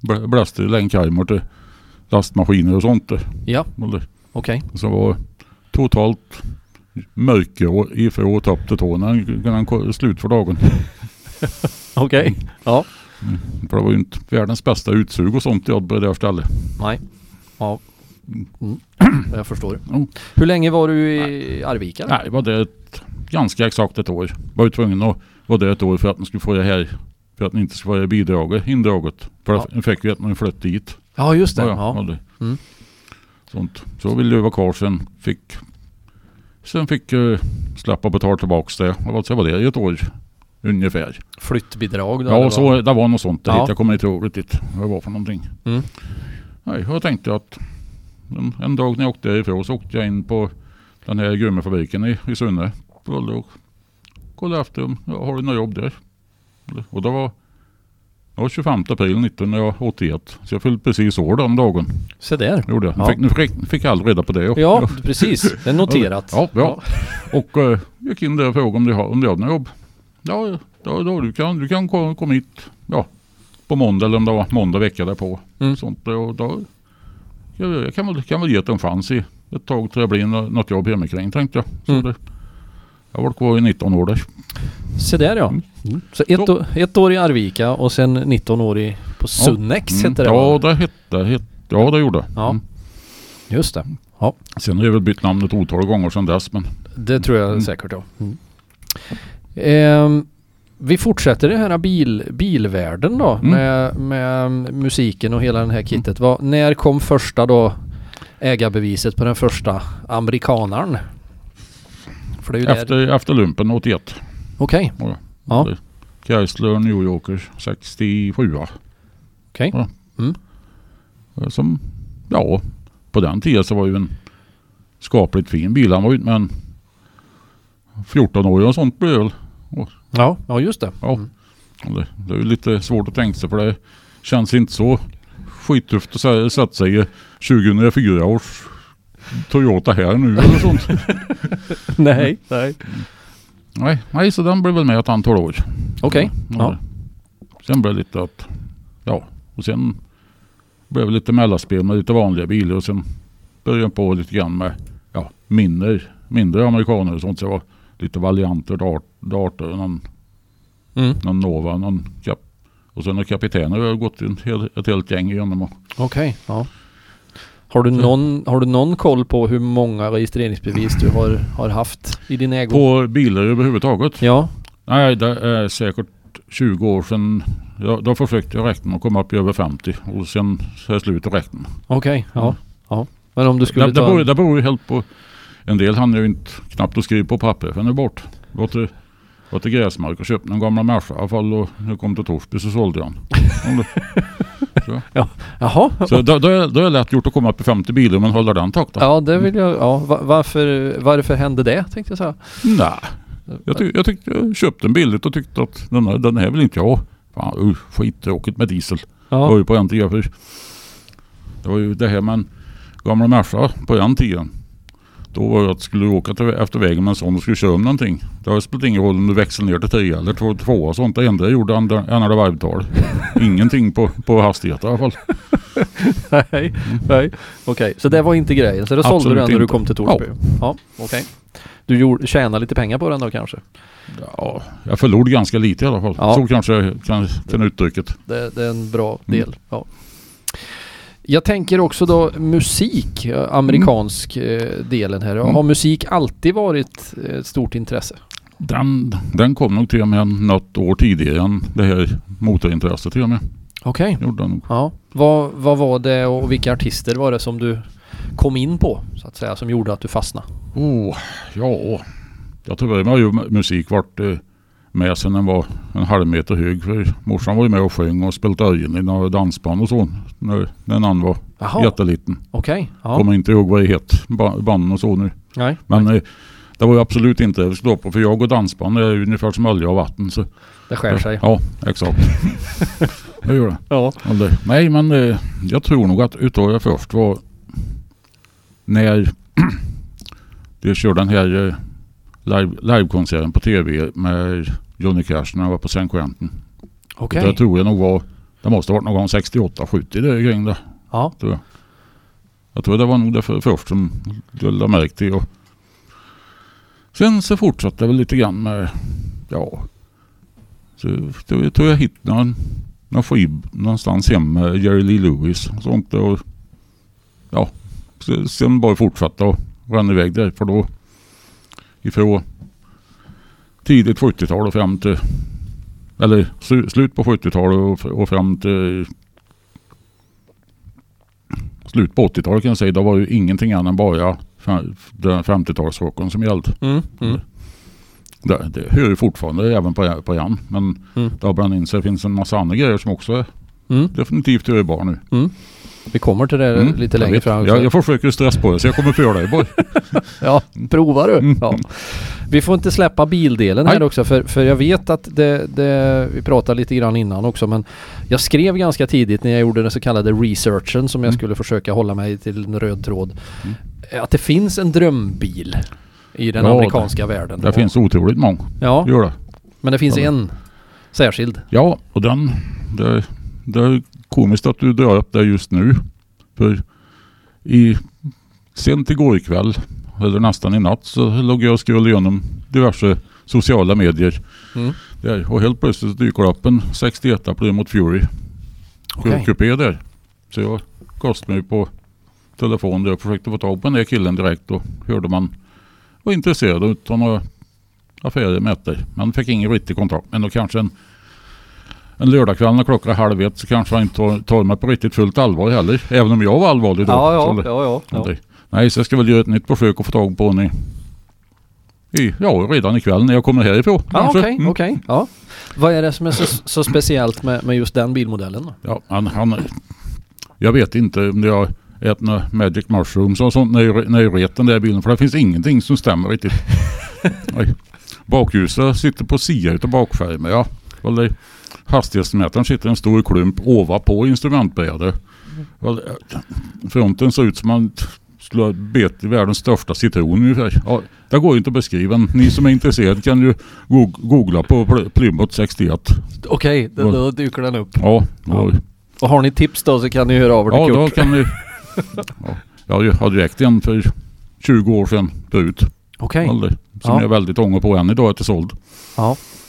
S2: Bl- Bläster länkharmar till lastmaskiner och sånt.
S1: Ja,
S2: Eller,
S1: okej.
S2: som var totalt mörker ifrån topp till tå när han, när han kom- slut för dagen.
S1: Okej. Ja.
S2: För det var ju inte världens bästa utsug och sånt jag hade på det där stället.
S1: Nej. Ja. Mm. Jag förstår.
S2: Mm.
S1: Hur länge var du i Arvika? då?
S2: Nej, var det ett, ganska exakt ett år. Var ju tvungen att vara det ett år för att man skulle få det här. För att man inte skulle få det bidraget indraget. För att man fick ju att man flyttade dit.
S1: Ja, just det.
S2: Ja, ja,
S1: Ja.
S2: hade.
S1: Mm.
S2: Sånt. Så ville jag vara kvar sen. Fick, sen fick jag släppa betala tillbaks det. Och vad var det? Ett år ungefär.
S1: Flyttbidrag då? eller
S2: Ja,
S1: vad?
S2: så, det var något sånt.
S1: Ja.
S2: Ja. Jag kommer inte ihåg riktigt vad det var för någonting.
S1: Mm.
S2: Nej, jag tänkte att en, en dag när jag åkte därifrån så åkte jag in på den här gummifabriken i, i Sunne. Kollade och kollade efter om jag har du några jobb där. Och det var, det var 25 april 1981. Så jag fyllde precis år den dagen.
S1: Se där.
S2: Gjorde jag.
S1: Ja.
S2: Fick, nu fick, fick jag all reda på det.
S1: Ja, precis. Det är noterat.
S2: Ja, ja. Och eh, gick in där och frågade om du har, om du har något jobb. Ja, ja, då, då, du kan, du kan ko- komma hit ja, på måndag eller om det var måndag vecka därpå.
S1: Mm.
S2: Sånt, och då, jag, jag kan, väl, kan väl ge det en chans i ett tag till det blir nå- något jobb hemikring tänkte jag. Så
S1: Mm.
S2: det, jag var kvar i 19 år där.
S1: Se där ja.
S2: Mm.
S1: Så ett,
S2: Så.
S1: år- ett år i Arvika och sen 19 år i På Sunnex
S2: Mm,
S1: hette det va?
S2: Ja, det hette, hette, ja det gjorde
S1: Ja.
S2: Mm.
S1: Just det.
S2: Sen har jag väl bytt namn ett otal gånger sedan dess. Men
S1: Det tror jag
S2: Mm.
S1: säkert ja. Ehm, vi fortsätter den här bil, bilvärlden då
S2: Mm.
S1: med, med musiken och hela den här kittet. Vad- när kom första då ägarbeviset på den första amerikanaren? För det är ju där...
S2: efter, efter lumpen 81.
S1: Okej.
S2: Ja.
S1: Ja,
S2: Chrysler New Yorker 67.
S1: okej.
S2: Ja. Eh,
S1: Mm.
S2: Som, ja, på den tiden så var ju en skapligt fin bil. Han var ju inte men 14 år och sånt blev det väl.
S1: Ja, ja just det.
S2: Ja.
S1: Mm.
S2: Det, det är ju lite svårt att tänka sig för det känns inte så skittufft att sä- sätta sig i 2004 års Toyota här nu eller sånt.
S1: nej, nej.
S2: nej, nej, så den blev väl med ett antal år.
S1: Okej.
S2: Ja. Sen blev det lite att, ja, och sen blev det lite mellanspel med lite vanliga bilar och sen började jag på lite grann med, ja, mindre, mindre amerikaner och sånt. Så det var lite varianter, dart, darter, någon,
S1: Mm.
S2: någon Nova, någon kap, och sen har kapitän har jag gått in hel, ett helt gäng igenom och
S1: Okej, ja. Har
S2: Mm.
S1: du, någon, har du någon koll på hur många registreringsbevis du har, har haft i din ägo?
S2: på bilar överhuvudtaget.
S1: Ja,
S2: Nej, det är säkert 20 år sedan. Jag, då försökte jag räkna och komma upp i över 50 och sen så är det slut att räkna.
S1: okej. ja,
S2: Mm.
S1: ja. Men om du skulle
S2: Det, det,
S1: ta...
S2: beror, det beror ju helt på. En del hann ju inte knappt att skriva på papper för den är bort. Var till, var till gräsmark och köpte en gamla Merca i alla fall och när jag kom till Torsby så sålde jag den. Om det-
S1: Jaha.
S2: Så då, då, är, då är det lätt gjort att komma upp i 50 bilar men håller den takten.
S1: Ja, det vill jag... Ja, va- varför, varför hände det tänkte jag säga.
S2: Nej, jag, ty, jag, tyckte, jag köpte den billigt och tyckte att den här, den här vill inte jag ha. Fan, uh, skittråkigt med diesel. Det var
S1: Ja,
S2: ju på den tiden för Det var ju det här med en gamla Merca på den tiden. Då var det att skulle du åka till, efter vägen med en sån och skulle köra om någonting. Det har spelat ingen roll om du växlar ner till 10 eller 2 två och sånt. Det enda jag gjorde andra- ändrade varvtal. Ingenting på, på hastighet i alla fall.
S1: nej, nej. Okej, så det var inte grejen. Så det sålde du
S2: Absolut
S1: den när du
S2: inte.
S1: kom till Torsby? Ja. okej. Du gjorde, tjänade lite pengar på den då kanske?
S2: Ja, jag förlorade ganska lite i alla fall.
S1: Ja.
S2: Så kanske jag kan, kan uttrycket.
S1: Det, det är en bra
S2: Mm.
S1: del. Ja. Jag tänker också då musik, eh, amerikansk eh, delen här. Har
S2: Mm.
S1: musik alltid varit eh, ett stort intresse?
S2: Den, den kom nog till och med något år tidigare än det här motorintresset till och med.
S1: Okej.
S2: Gjorde den nog.
S1: Ja. Vad, vad var det och vilka artister var det som du kom in på så att säga som gjorde att du fastnade?
S2: Oh, ja. Jag tror jag har ju mu- musik varit eh, med sen den var en halv meter hög. För morsan var ju med och sjöng och spelade öjen i några dansband och så. När, när han var
S1: Jaha,
S2: jätteliten.
S1: okej. Ja.
S2: Kommer inte ihåg vad det het, ba- banden och så nu.
S1: Nej.
S2: Men eh, det var ju absolut inte det vi skulle på. För jag och dansband är ju ungefär som olja och vatten. Så,
S1: Det skär sig.
S2: Ja, exakt. det gör det.
S1: Ja.
S2: Eller, nej, men eh, jag tror nog att utav det först var när de körde den här eh, live- livekonserten på tv med Johnny Cash när han var på San Quentin.
S1: Okej.
S2: Det tror jag nog var, det måste ha varit någon gång 68-70 där kring det.
S1: Ja.
S2: Tror jag. jag tror det var nog det för, först som jag lade märke till. Och sen så fortsatte jag väl lite grann med, ja, så tog jag, tog jag hit någon, någon skiv någonstans hem med Jerry Lee Lewis och sånt. Och, ja, så, sen bara fortsatte och rann iväg där för då ifrån tidigt 70-tal och fram till eller slu, slut på 70-talet och, f- och fram till slut på 80-talet kan jag säga, då var ju ingenting annat än bara fram- den 50-talsrocken som gällde.
S1: Mm. Mm.
S2: Det, det hör ju fortfarande även på, på Jan, men
S1: Mm.
S2: det har bränt in sig. Det finns en massa andra grejer som också är
S1: Mm.
S2: definitivt hörbar nu.
S1: Vi kommer till det
S2: Mm,
S1: Eh, lite
S2: jag
S1: längre
S2: vet.
S1: fram. också.
S2: Jag, jag försöker stressa på det så jag kommer föra dig bara.
S1: Ja, prova du.
S2: Mm.
S1: Ja. Vi får inte släppa bildelen här
S2: Nej.
S1: också för, för jag vet att det, det, vi pratade lite grann innan också men jag skrev ganska tidigt när jag gjorde den så kallade researchen som jag
S2: Mm.
S1: skulle försöka hålla mig till en röd tråd.
S2: Mm.
S1: Att det finns en drömbil i den
S2: Ja,
S1: amerikanska världen.
S2: Det finns otroligt många.
S1: Ja,
S2: Gör det.
S1: men det finns
S2: Ja,
S1: en särskild.
S2: Ja, och den... Det, det är komiskt att du drar upp det just nu. För i, sent igår kväll, eller nästan i natt, så låg jag och scrollade igenom diverse sociala medier.
S1: Mm.
S2: Där, och helt plötsligt dyker det upp en 61 play mot Fury.
S1: Okej.
S2: kupé där. Så jag kostade mig på telefon där och försökte få tag på den där killen direkt och hörde man var intresserad utav några affärer med ettor. Man fick ingen riktig kontakt men då kanske en, en lördagkväll när klockan är halv ett så kanske han inte tar, tar mig på riktigt fullt allvar heller. Även om jag var allvarlig då.
S1: Ja,
S2: Så
S1: ja,
S2: det-
S1: ja, ja, ja.
S2: någonting. Nej, så jag ska väl göra ett nytt försök att få tag på henne. I, ja, redan ikväll när jag kommer härifrån.
S1: Ja,
S2: kanske.
S1: okej,
S2: Mm.
S1: okej. Ja. Vad är det som är så, så speciellt med, med just den bilmodellen? då?
S2: Ja, han, han, jag vet inte om jag ätit några magic mushrooms och sånt när jag, när jag ret den där bilen. För det finns ingenting som stämmer riktigt. Nej. Bakljuset sitter på sidan utav bakskärmen. Ja. Och det- Hastighetsmätaren sitter en stor klump ovanpå instrumentbrädet. Och det- Fronten ser ut som man t- skulle ha bet i världens största citron ungefär. Ja, det går ju inte att beskriva. Ni som är intresserade kan ju goog- googla på Ply- Plymouth 61.
S1: Okej, då, då dyker den upp.
S2: Ja, och
S1: Och har ni tips då så kan ni höra av er till
S2: Ja, då
S1: Kurt.
S2: kan ni... Ja, jag hade ju- hade ägt en för 20 år sedan förut.
S1: Okej,
S2: Aldrig. Som
S1: Ja.
S2: jag är väldigt ånger på än idag att det är såld.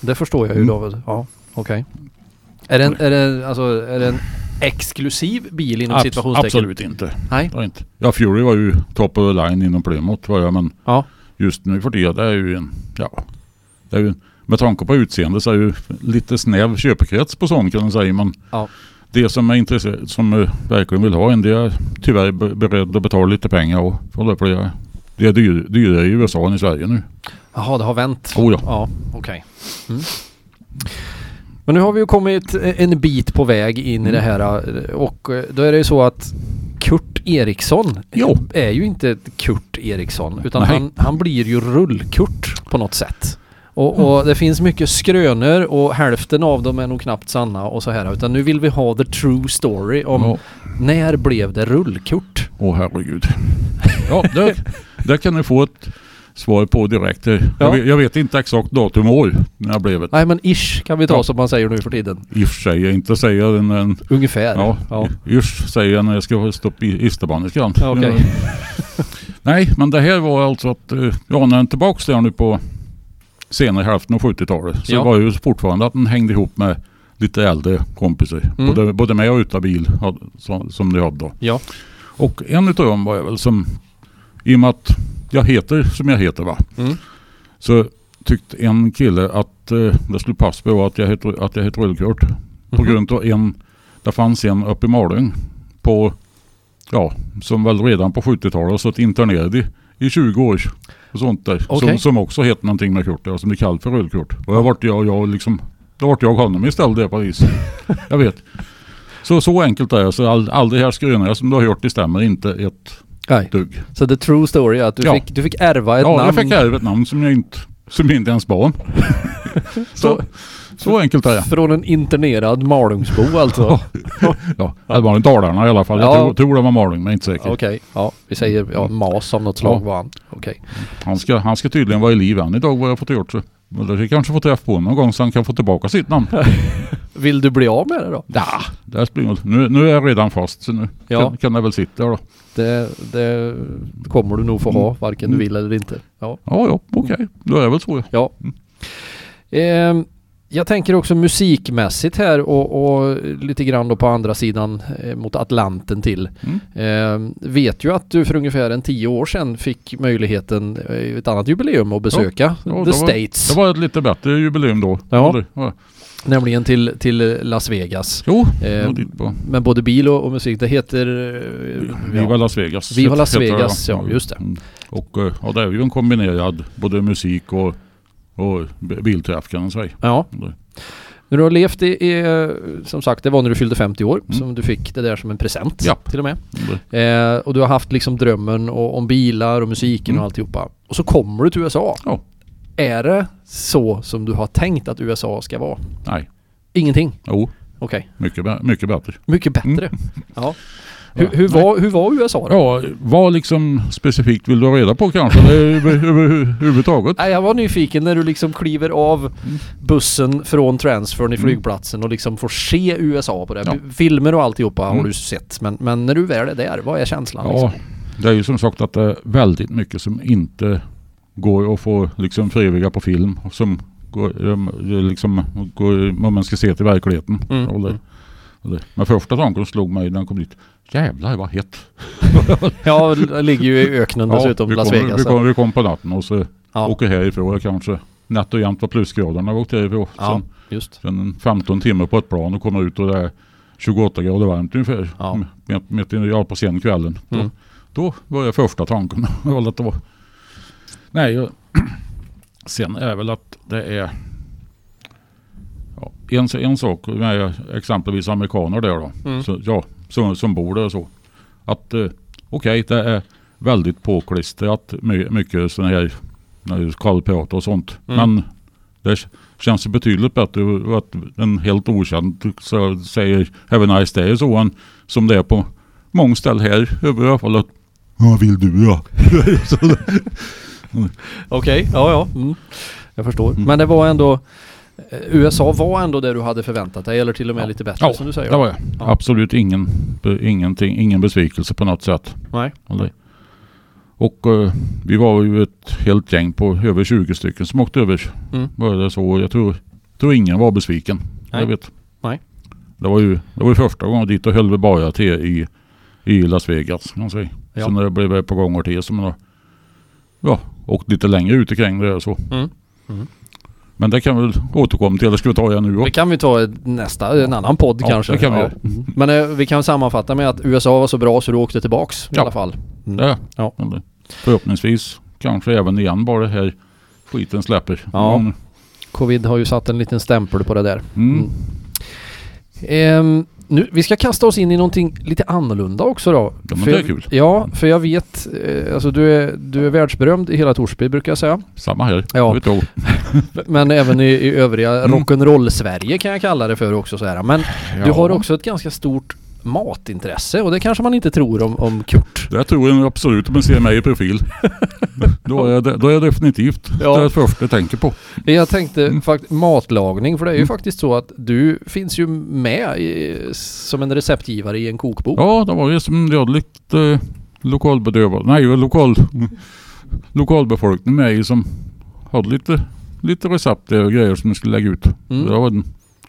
S1: det förstår jag ju
S2: Mm.
S1: David. Ja, okej. Är det, en, är, det, alltså, är det en exklusiv bil inom
S2: Abs-
S1: situationstecken?
S2: absolut inte.
S1: Nej.
S2: Det var inte. Ja, Fury var ju top of the line inom Plymouth var jag. Men
S1: Ja.
S2: just nu för tiden det är ju en... Ja. Det är ju, med tanke på utseende så är ju lite snäv köpekrets på sån kan man säga. Men
S1: Ja.
S2: det som är intresserad, som eh, verkligen vill ha en, det är tyvärr be- beredd att betala lite pengar och för det. för det är- Det är dyr- dyrare i USA än i Sverige nu.
S1: Jaha, det har vänt.
S2: Oh ja.
S1: Ja, okej. Mm. Men nu har vi ju kommit eh, en bit på väg in i
S2: Mm.
S1: det här eh, och eh, då är det ju så att Kurt Eriksson
S2: Jo.
S1: är ju inte Kurt Eriksson utan
S2: Nej.
S1: han, han blir ju rullkurt på något sätt. Och,
S2: Mm.
S1: och det finns mycket skrönor och hälften av dem är nog knappt sanna och så här utan nu vill vi ha the true story om
S2: Ja.
S1: när blev det rullkurt?
S2: Åh herregud. Ja, där, där kan ni få ett svar på direkt. Jag,
S1: Ja.
S2: vet, jag vet inte exakt datum och år när jag blev det.
S1: Nej men ish kan vi ta
S2: Ja.
S1: som man säger nu för tiden.
S2: I och för sig, jag inte säga den... den
S1: Ungefär.
S2: ja,
S1: ja.
S2: Usch säger jag när jag ska stoppa i isterbandiskan.
S1: Ja, okej.
S2: Nej, men det här var alltså att... eh, Ja, när jag är tillbaks där nu på senare hälften av 70-talet så
S1: Ja.
S2: var ju fortfarande att den hängde ihop med lite äldre kompisar.
S1: Mm.
S2: Både, både med och utan bil hade- som, som de hade då.
S1: Ja.
S2: Och en utav dem var jag väl som, i och med att jag heter som jag heter va,
S1: Mm.
S2: så tyckte en kille att eh, det skulle passa på att jag heter, att jag heter Rullkurt. På
S1: Mhm.
S2: grund av en, det fanns en uppe i Malung på, ja, som väl redan på 70-talet har suttit internerad i, i 20 år. Och sånt där.
S1: Okej.
S2: Som, som också heter någonting med Kurt, ja, som blir kallad för Rullkurt. Och jag vart jag, jag liksom, då vart jag honom istället där på vis. jag vet. Så, så enkelt är det. Så all, all det här skrönorna som du har hört det stämmer inte ett
S1: Nej.
S2: dugg.
S1: Så the true story är att du,
S2: Ja.
S1: fick, du fick ärva ett
S2: ja,
S1: namn.
S2: jag fick ärva ett namn som jag inte, som jag inte ens barn. så, så enkelt är det.
S1: Från en internerad Malungsbo alltså.
S2: Ja, det var i Dalarna i alla fall.
S1: Ja.
S2: Jag tror, tror det var Malung, men inte säker.
S1: Okej, ja. Vi säger ja, mas av något slag
S2: Mm. Ja.
S1: var han. Okej.
S2: Han, ska, han ska tydligen vara i liv än idag vad jag fått gjort. Så. Men det ska jag kanske få träff på honom någon gång så han kan få tillbaka sitt namn.
S1: Vill du bli av med det då?
S2: ja, det spelar ingen roll. nu, nu är jag redan fast så nu
S1: Ja.
S2: kan, kan jag väl sitta där då.
S1: Det, det kommer du nog få ha,
S2: Mm.
S1: varken du vill eller inte. Ja.
S2: Ja, ja, okej. Då är det väl så. Ja.
S1: ja. Ehm, jag tänker också musikmässigt här och, och lite grann då på andra sidan eh, mot Atlanten till.
S2: Mm.
S1: Ehm, vet ju att du för ungefär en tio år sedan fick möjligheten, eh, i ett annat jubileum, att besöka
S2: Ja, det var-
S1: The States.
S2: Det var ett lite bättre jubileum då.
S1: Ja.
S2: Eller, ja.
S1: Nämligen till, till Las Vegas.
S2: Jo,
S1: Eh,
S2: jag var dit på.
S1: Men både bil och, och musik, det heter... eh,
S2: Viva
S1: ja.
S2: Las Vegas.
S1: Viva
S2: het-
S1: Las
S2: heter
S1: Vegas, ja, just det.
S2: Mm. Och eh, ja, det är ju en kombinerad både musik och, och b- bilträff kan man säga.
S1: ja.
S2: Det-
S1: När du har levt i, i, eh, som sagt, det var när du fyllde 50 år
S2: Mm.
S1: som du fick det där som en present
S2: Ja.
S1: till och med.
S2: det-
S1: Eh, och du har haft liksom drömmen och, om bilar och musiken
S2: Mm.
S1: och alltihopa. Och så kommer du till USA.
S2: Ja.
S1: Är det så som du har tänkt att USA ska vara?
S2: Nej,
S1: Ingenting?
S2: jo,
S1: Okej.
S2: mycket, bä- mycket bättre.
S1: Mycket bättre. Ja. Hur, hur,
S2: Mm. Nej.
S1: var, hur var USA då?
S2: Ja, vad liksom specifikt vill du ha reda på kanske? Eller över- över- Överhuvudtaget?
S1: Nej, jag var nyfiken när du liksom kliver av bussen från transfern i flygplatsen och liksom får se USA på det.
S2: Mm. Ja.
S1: Filmer och alltihopa har
S2: Mm.
S1: du sett. Men, men när du väl är där, vad är känslan? liksom?
S2: Ja, det är ju som sagt att det är väldigt mycket som inte går att få liksom frivilliga på film. och Som går, eh, liksom, går, om man ska se till verkligheten.
S1: Mm.
S2: Och det- Eller, men första tanken slog mig när jag kom dit. Jävlar vad hett.
S1: Ja, det ligger ju i öknen dessutom,
S2: vi,
S1: Las
S2: kom,
S1: Vegas.
S2: vi, kom, vi kom på natten och så
S1: Ja.
S2: åker härifrån kanske. Nätt och jämnt var plusgraderna vi åkte härifrån.
S1: ja,
S2: Sen,
S1: just.
S2: sen en 15 timmar på ett plan och kommer ut och det är 28 grader varmt ungefär.
S1: Ja.
S2: M- Mitt, mitt, i- ja, på sen kvällen.
S1: Mm.
S2: Då, då var jag första tanken. väl att det var. Nej, jag- sen är väl att det är ja, en, en sak med exempelvis amerikaner där då.
S1: Mm.
S2: Så, ja, som, som bor där och så. Att eh, okej, det är väldigt påklistrat my, mycket sådana här eh, kallprat och sånt.
S1: Mm.
S2: Men det k- känns ju betydligt bättre att en helt okänd så säger Have a nice day och så än som det är på många ställen här över i alla fall. att, Vad vill du då?
S1: Okej, ja ja. Mm. Jag förstår.
S2: Mm.
S1: Men det var ändå, eh, USA var ändå det du hade förväntat dig, eller till och med
S2: Ja.
S1: lite bättre
S2: Ja,
S1: som du säger.
S2: det var jag.
S1: Ja.
S2: Absolut ingen, be- ingenting, ingen besvikelse på något sätt.
S1: Nej.
S2: Aldrig. Och eh, vi var ju ett helt gäng på över 20 stycken som åkte över.
S1: Mm.
S2: Var det så? Jag tror, tror ingen var besviken.
S1: Nej.
S2: Jag vet.
S1: Nej.
S2: Det var ju det var ju första gången dit och höll vi bara till i, i Las Vegas. Kan man säga.
S1: Ja.
S2: Sen när det blev ett par gånger till som man ja, åkt lite längre ut kring det och så.
S1: Mm.
S2: Men det kan vi väl återkomma till. Eller ska vi ta igen nu
S1: Det
S2: också?
S1: kan vi ta ett- nästa, en annan podd
S2: Ja,
S1: kanske.
S2: det kan vi
S1: ja.
S2: göra.
S1: Mm. Men eh, vi kan sammanfatta med att USA var så bra så du åkte tillbaks i
S2: Ja.
S1: alla fall. Mm.
S2: Ja.
S1: Ja.
S2: Eller Förhoppningsvis kanske även igen bara det här skiten släpper.
S1: Ja.
S2: Mm.
S1: Covid har ju satt en liten stämpel på det där.
S2: Mm.
S1: Mm. Ehm, nu, vi ska kasta oss in i någonting lite annorlunda också då.
S2: Ja, men
S1: För
S2: det är
S1: jag-
S2: kul.
S1: Ja, för jag vet, eh, alltså du är, du är världsberömd i hela Torsby brukar jag säga.
S2: Samma här.
S1: Ja.
S2: Det vet jag.
S1: Men även i, i övriga
S2: Mm.
S1: rock'n'roll-Sverige kan jag kalla det för också så här. Men du
S2: Ja.
S1: har också ett ganska stort matintresse och det kanske man inte tror om, om Kurt.
S2: Det tror jag absolut om man ser mig i profil. då, är det, då är det definitivt
S1: Ja.
S2: det första jag tänker på.
S1: Jag tänkte
S2: Mm.
S1: fakt- matlagning, för det är ju
S2: Mm.
S1: faktiskt så att du finns ju med i, som en receptgivare i en kokbok.
S2: Ja, det var ju som jag hade lite eh, lokalbedövad. Nej, ju lokal, lokalbefolkningen med i som hade lite, lite recept och grejer som jag skulle lägga ut.
S1: Mm.
S2: Det var en,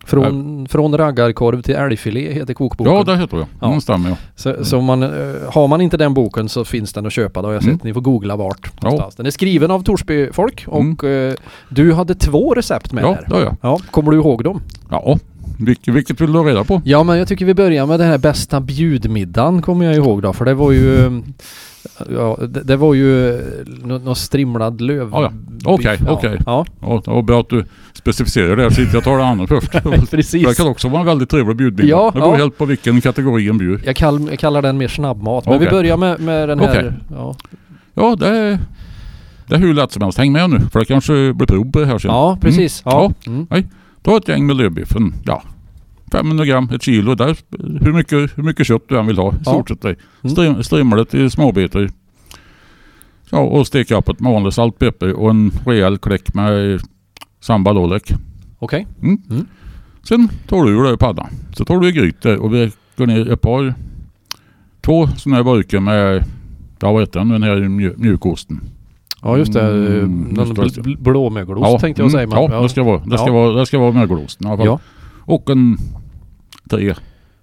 S1: Från, från raggarkorv till älgfilé heter kokboken.
S2: ja, det heter jag.
S1: Ja.
S2: Den stämmer ja.
S1: Så, så om man, eh, har man inte den boken så finns den att köpa, det har jag sett.
S2: Mm.
S1: Ni får googla vart
S2: Ja.
S1: någonstans. Den är skriven av Torsbyfolk
S2: Mm.
S1: och eh, du hade två recept med
S2: Ja,
S1: där.
S2: det har jag.
S1: Ja, kommer du ihåg dem?
S2: Ja, vilket, vilket vill du ha reda på?
S1: Ja, men jag tycker vi börjar med den här bästa bjudmiddagen kommer jag ihåg då, för det var ju...
S2: Mm.
S1: eh, Ja, det, det var ju eh, nå- någon strimlad löv.
S2: Ja, ja. Okej,
S1: ja.
S2: okej.
S1: Ja,
S2: Ja, det var bra att du specificerar det här så inte jag tar det andra först. Det
S1: precis.
S2: kan också vara en väldigt trevlig bjudbild.
S1: Ja,
S2: det beror
S1: ja.
S2: helt på vilken kategori en bjud.
S1: Jag, kall, jag kallar den mer snabbmat. Men vi
S2: Okej.
S1: börjar med, med den här.
S2: Okej.
S1: Ja.
S2: Ja, det är, det är hur lätt som helst. Häng med nu, för det kanske blir prov på det här sen.
S1: ja, precis.
S2: Mm.
S1: Ja. Mm.
S2: Ta ett gäng med lövbiffen. Ja, 500 gram, ett kilo. Där, hur, mycket, hur mycket kött du än vill ha. I
S1: Ja. Mm.
S2: stort sett. Strim, strimlet i småbitar. Ja, och steka upp ett med vanlig salt, peppar och en rejäl klick med sambal olek.
S1: Okej.
S2: Sen tar du ur det i pannan. Så tar du i grytor och vi går ner ett par, två sådana här burkar med, ja vad heter den, den här mju- mjukosten.
S1: Ja, just det.
S2: Mm,
S1: Någon
S2: just det, just
S1: bl-
S2: det.
S1: bl- blåmögelost tänkte jag säga. men-
S2: Mm, ja, det ska vara, det ska
S1: Ja.
S2: vara, det ska vara mögelosten i alla fall.
S1: Ja,
S2: Och en tre,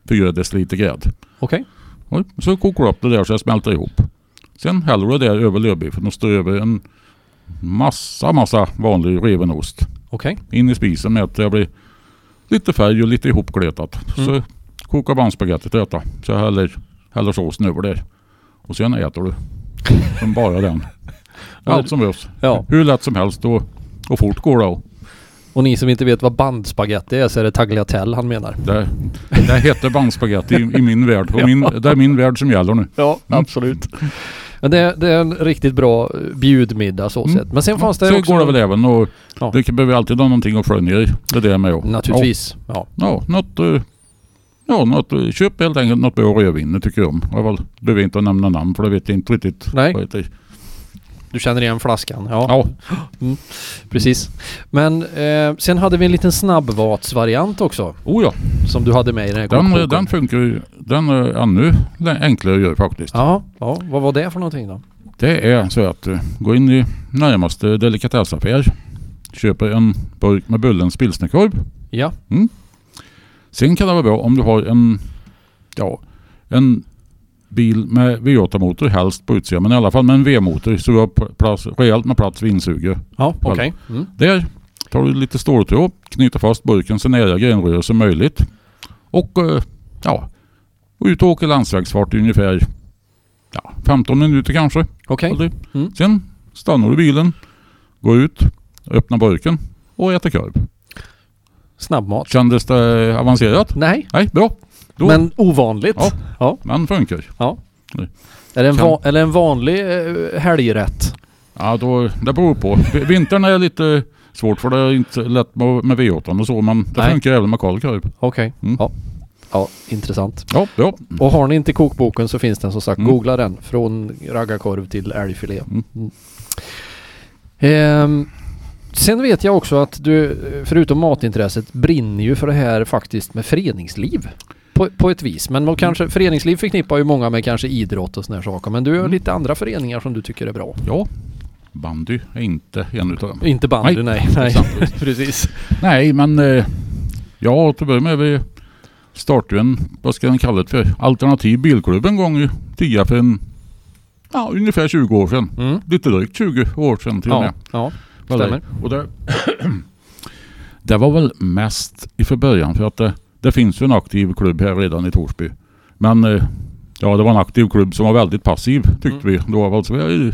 S2: fyra deciliter grädde.
S1: okej.
S2: Och Så kokar du upp det där så det smälter ihop. Sen häller du det där över lövbiffen och strör över en massa, massa vanlig revenost.
S1: Okej.
S2: in i spisen med att det blir lite färg och lite ihopgletat.
S1: Mm.
S2: Så kokar man spagetti till detta. Så häller, häller såsen över där. Och sen äter du. Som bara den. Allt som behövs.
S1: Ja,
S2: Hur lätt som helst och, och fort går det. och
S1: och ni som inte vet vad bandspaghetti är så är det tagliatelle han menar.
S2: Det, det heter bandspagetti i, i min värld. Och min, det är min värld som gäller nu.
S1: Ja, absolut. Mm. Men det, det är en riktigt bra eh, bjudmiddag så
S2: Mm.
S1: sett. Men sen fanns det
S2: så
S1: också...
S2: går det väl även och
S1: Ja.
S2: det kan- behöver alltid ha någonting att skönja i. Det är det med. och-
S1: Naturligtvis. Ja.
S2: Ja, något, eh, ja, något, eh, köp helt enkelt något bra rödvin, det tycker jag om. Jag väl, behöver inte nämna namn för det vet jag inte riktigt.
S1: Nej.
S2: vad det heter.
S1: Du känner igen flaskan. Ja,
S2: Ja,
S1: precis. Men eh, sen hade vi en liten snabbvatsvariant också.
S2: oh ja.
S1: Som du hade med i den här
S2: Den, eh,
S1: kokboken.
S2: den funkar ju, den eh, är ännu lä- enklare att göra faktiskt.
S1: Ja, ja, vad var det för någonting då?
S2: Det är så att eh, gå in i närmaste delikatessaffär, köper en burk med Bullens pilsnerkorv.
S1: Ja.
S2: Sen kan det vara bra om du har en, ja, en bil med V8-motor helst på utsidan, men i alla fall med en V-motor så du har pl- plats, rejält med plats vid insuget.
S1: Ja, okej. Mm.
S2: Där tar du lite ståltråd, knyter fast burken så nära grenröret som möjligt. Och eh, ja, och ut och åker landsvägsfart i ungefär ja, 15 minuter kanske.
S1: Okej.
S2: Aldrig.
S1: Mm.
S2: Sen stannar du bilen, går ut, öppnar burken och äter korv.
S1: Snabbmat.
S2: Kändes det avancerat?
S1: Nej,
S2: Nej, bra. Då, men,
S1: men ovanligt.
S2: Ja. men funkar.
S1: Är det en,
S2: Kan-
S1: va- eller en vanlig eh, helgrätt?
S2: Ja, då, det beror på. V- Vintern är lite svårt för det är inte lätt med, med V8 och så, men det
S1: Nej.
S2: funkar även med kall korv.
S1: Okej.
S2: Mm.
S1: Ja. ja, intressant.
S2: Ja, ja.
S1: Och har ni inte kokboken så finns den som sagt.
S2: Mm.
S1: Googla den. Från raggarkorv till älgfilé.
S2: Mm.
S1: Mm. Ehm, sen vet jag också att du, förutom matintresset, brinner ju för det här faktiskt med föreningsliv. På, på ett vis. Men man kanske, föreningsliv förknippar ju många med kanske idrott och såna här saker. Men du har
S2: Mm.
S1: lite andra föreningar som du tycker är bra.
S2: Ja, bandy är inte en utav dem.
S1: Inte bandy, nej. nej.
S2: Precis. Nej, men eh, ja, till att börja med vi startade ju en, vad ska den kalla det för, alternativ bilklubb en gång i Tierp för en, ja, ungefär 20 år sedan.
S1: Mm.
S2: Lite drygt 20 år sedan till och
S1: Ja,
S2: med.
S1: ja,
S2: Var det.
S1: stämmer.
S2: Och det, det var väl mest i för början för att det, det finns ju en aktiv klubb här redan i Torsby. Men eh, ja, det var en aktiv klubb som var väldigt passiv tyckte
S1: Mm.
S2: vi. Då var alltså, vi,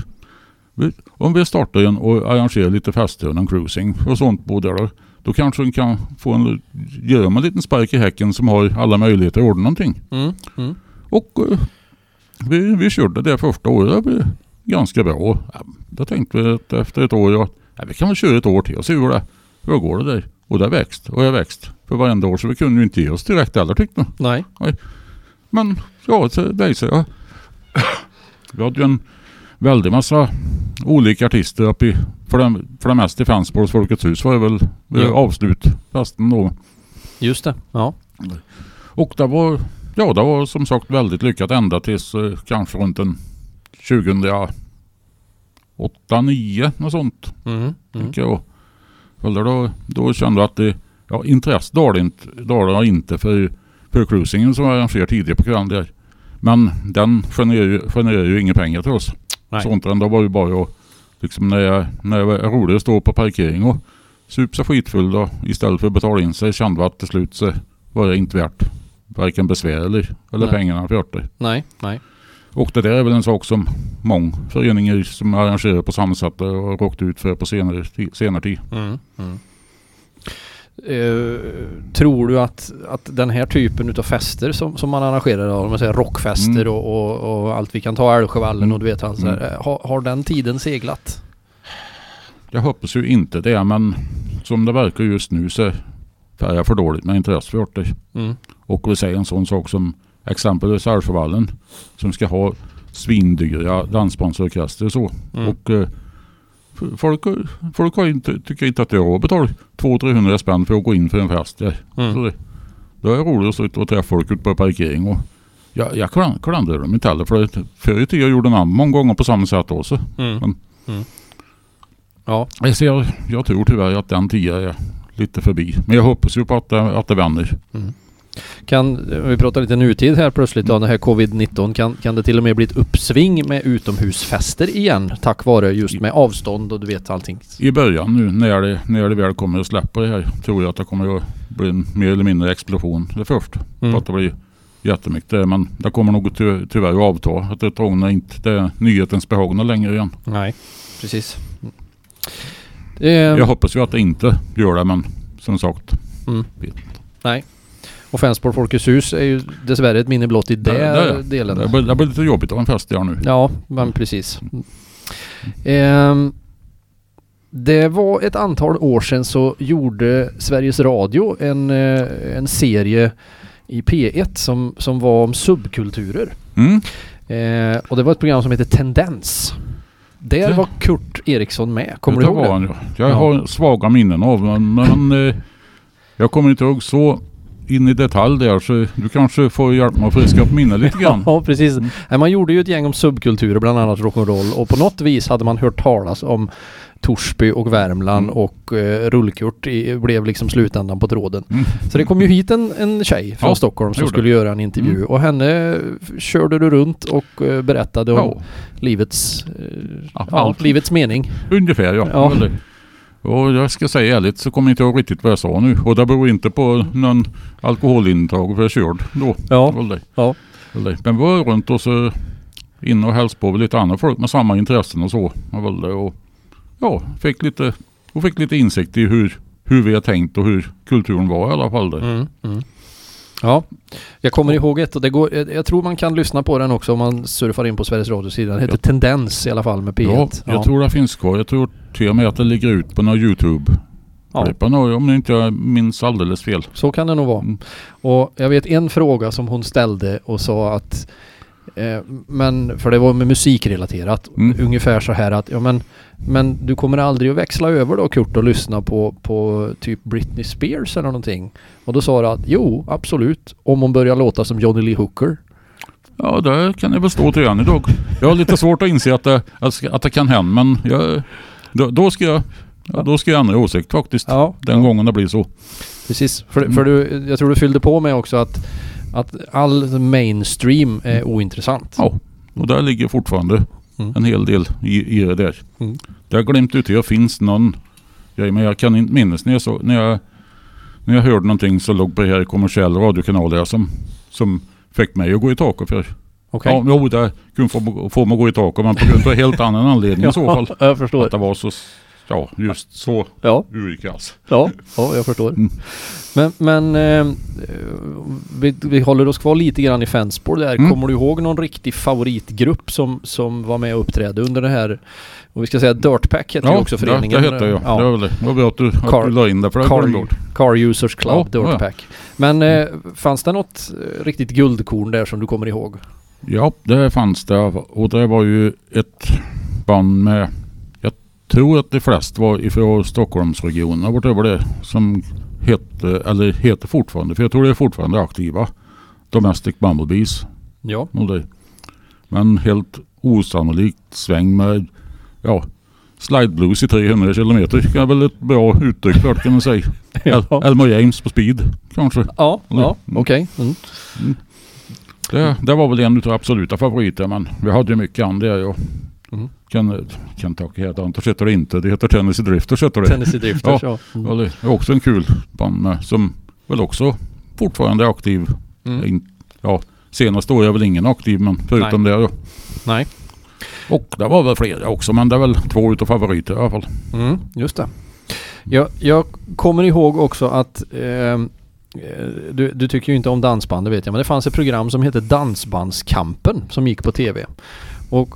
S2: vi, om vi startar en och arrangerar lite fester, någon cruising och sånt på där. Då kanske vi kan få en, ge dem en liten spark i häcken som har alla möjligheter att ordna någonting.
S1: Mm. Mm.
S2: Och eh, vi, vi körde det första året det blev ganska bra. Ja, Då tänkte vi att efter ett år, ja, ja, vi kan väl köra ett år till och se hur det hur går det där. Och det växt och jag växt för varenda år så vi kunde ju inte ge oss direkt heller tyckte jag.
S1: Nej.
S2: Men ja, så dig så jag. Vi hade ju en väldig massa olika artister uppe i, för det, för det mesta i Fensborgs Folkets hus var det väl
S1: Ja.
S2: ja. avslutfesten då.
S1: Just det. Ja.
S2: Och det var, ja, det var som sagt väldigt lyckat ända tills eh, kanske runt en 2008, 9 något sånt.
S1: Mm. Mm.
S2: tänker jag. Eller då, då kände jag att det, ja, intresset dalade inte, dalade inte för, för cruisingen som jag arrangerade tidigare på kvällen där. Men den genererar ju, genererar ju inga pengar till oss.
S1: Nej.
S2: Sånt utan det var ju bara att, liksom när jag, när jag är rolig att stå på parkering och supa sig skitfull då, istället för att betala in sig kände jag att till slut så var det inte värt varken besvär eller, eller
S1: Nej.
S2: pengarna för det.
S1: Nej, nej.
S2: Och det där är väl en sak som många föreningar som arrangerar på samma sätt har råkat ut för på senare, ti- senare tid.
S1: Mm. Mm. Eh, tror du att, att den här typen utav fester som, som man arrangerar, om man säger rockfester
S2: Mm.
S1: och, och, och allt vi kan ta, Älvsjövallen
S2: Mm.
S1: och du vet han så här, eh, har, har den tiden seglat?
S2: Jag hoppas ju inte det, men som det verkar just nu så är jag för dåligt med intresse för det.
S1: Mm.
S2: Och vi säger en sån sak som exempelvis Älvsjövallen som ska ha svindyra dansbandsorkester och så.
S1: Mm.
S2: Och eh, f- folk, folk har inte, tycker inte att det är råd att betala 200-300 spänn för att gå in för en fest där. Så
S1: Mm.
S2: det, då är det roligt att sitta och träffa folk ute på parkering och jag, jag klan- klandrar dem inte heller för det, förr i tiden gjorde man många gånger på samma sätt också.
S1: Mm. Mm. Ja,
S2: Jag, ser, jag tror tyvärr att den tiden är lite förbi. Men jag hoppas ju på att det, att det vänder.
S1: Mm. kan, eh, vi pratar lite nutid här plötsligt
S2: Mm.
S1: av den här covid-19. Kan, kan det till och med bli ett uppsving med utomhusfester igen? Tack vare just med avstånd och du vet allting.
S2: I början nu när det, när det väl kommer att släppa det här tror jag att det kommer att bli en mer eller mindre explosion. Det först.
S1: Mm.
S2: För att det blir jättemycket där. Men det kommer nog ty, tyvärr att avta. Att det tågna inte det är nyhetens behagna längre igen.
S1: Nej, precis. Mm. Ehm,
S2: Jag hoppas ju att det inte gör det men som sagt.
S1: mm. Och Fensborg Folkets hus är ju dessvärre ett minne blott i den
S2: Där, där, ja.
S1: delen.
S2: Det blir, det blir lite jobbigt att ha en fest där nu.
S1: Ja, men precis. Ehm, det var ett antal år sedan så gjorde Sveriges Radio en, eh, en serie i P1 som, som var om subkulturer.
S2: Mm.
S1: Ehm, och det var ett program som hette Tendens. Där
S2: Ja.
S1: var Kurt Eriksson med, kommer du
S2: Utav
S1: ihåg det?
S2: varan, ja. Jag
S1: Ja.
S2: har svaga minnen av men, men eh, jag kommer inte ihåg så in i detalj där så du kanske får hjälpa mig att friska upp minnet lite grann.
S1: Ja, precis.
S2: Mm.
S1: Nej, man gjorde ju ett gäng om subkulturer, bland annat rock'n'roll. Och på något vis hade man hört talas om Torsby och Värmland
S2: Mm.
S1: och eh, Rullkurt i, blev liksom slutändan på tråden.
S2: Mm.
S1: Så det kom ju hit en, en tjej från
S2: Ja,
S1: Stockholm som
S2: gjorde
S1: skulle göra en intervju.
S2: Mm.
S1: Och henne f- körde du runt och eh, berättade om
S2: Ja,
S1: livets, eh, ja,
S2: Ja, allt.
S1: livets mening.
S2: ungefär ja.
S1: Ja.
S2: Eller- Och jag ska säga ärligt så kommer inte jag riktigt vad jag sa nu. Och det beror inte på någon alkoholintag för jag körde då.
S1: Ja.
S2: Eller,
S1: Ja.
S2: eller. Men vi var runt och så in och hälsade på lite andra folk med samma intressen och så. Eller, och ja, fick lite, och fick lite insikt i hur, hur vi har tänkt och hur kulturen var i alla fall. Där.
S1: Mm. Mm. Ja, jag kommer ihåg ett och det går, eh, jag jag tror man kan lyssna på den också om man surfar in på Sveriges Radios sida. Den heter Tendens i alla fall med P1.
S2: Ja, jag tror det finns kvar. Jag tror till och med att det ligger ut på någon youtube
S1: Ja.
S2: klippen om jag inte minns alldeles fel.
S1: Så kan det nog vara.
S2: Mm.
S1: Och jag vet en fråga som hon ställde och sa att eh, men, för det var med musikrelaterat,
S2: Mm.
S1: ungefär så här att ja men, men du kommer aldrig att växla över då Kurt och lyssna på, på typ Britney Spears eller någonting? Och då sa du att jo, absolut, om hon börjar låta som Johnny Lee Hooker.
S2: Ja, det kan jag väl stå till igen idag. Jag har lite svårt att inse att det, att, ska- att det kan hända, men jag, då, då ska jag ja, då ska jag ändra åsikt faktiskt.
S1: Ja,
S2: Den gången det blir så.
S1: precis.
S2: Mm.
S1: För, för du, jag tror du fyllde på med också att, att all mainstream är ointressant.
S2: Ja, och där ligger fortfarande
S1: Mm.
S2: en hel del i, i det där.
S1: Mm.
S2: Det har glömt ut, jag finns någon grej, men jag kan inte minnas när jag, så, när jag, när jag hörde någonting som låg på det här kommersiella radiokanaler som, som fick mig att gå i taket för.
S1: Okej?
S2: Ja, jo, det kunde få, få mig att gå i taket, men på grund av en helt annan anledning i så fall.
S1: Ja, jag förstår.
S2: Att det var så, ja, just så
S1: Ja.
S2: urkass.
S1: Ja, ja jag förstår.
S2: Mm.
S1: Men, men eh, vi, vi håller oss kvar lite grann i Fensborg där.
S2: Mm.
S1: Kommer du ihåg någon riktig favoritgrupp som, som var med och uppträdde under det här? Och vi ska säga Dirtpack heter ju också
S2: det, det
S1: föreningen.
S2: hette jag. Det var väl det. Det var bra att du, att
S1: Car-
S2: du la in det, för det
S1: Car-
S2: går bort.
S1: Car Users Club,
S2: Ja,
S1: Dirtpack. Men eh, fanns det något eh, riktigt guldkorn där som du kommer ihåg?
S2: Ja, det fanns det. Och det var ju ett band med, jag tror att de flesta var ifrån Stockholmsregionen bort över det, som hette, eller heter fortfarande, för jag tror det är fortfarande aktiva, Domestic Bumblebees.
S1: Ja.
S2: och det. Men helt osannolikt sväng med, ja, slide blues i 300 kilometer kan jag väl ett bra uttryck för det kan man säga. El-
S1: Ja,
S2: Elmer James på speed kanske.
S1: ja, ja
S2: Mm.
S1: okej. Mm.
S2: Det, det var väl en utav absoluta favoriter men vi hade ju mycket andra. Jag
S1: Mm.
S2: kan, kan tacka heter han, så heter det inte. Det heter Tennessee Drifters heter det.
S1: Tennessee Drifters, ja.
S2: Mm. Ja,
S1: Mm.
S2: det är också en kul band med, som väl också fortfarande är aktiv.
S1: Mm.
S2: In- Ja, senaste året är väl ingen aktiv men förutom det. Ja.
S1: Nej.
S2: Och det var väl flera också men det är väl två utav favoriter i alla fall.
S1: Mm, just det. Jag, jag kommer ihåg också att ehm, eh, du, du tycker ju inte om dansband, det vet jag. Men det fanns ett program som hette Dansbandskampen som gick på TV. Och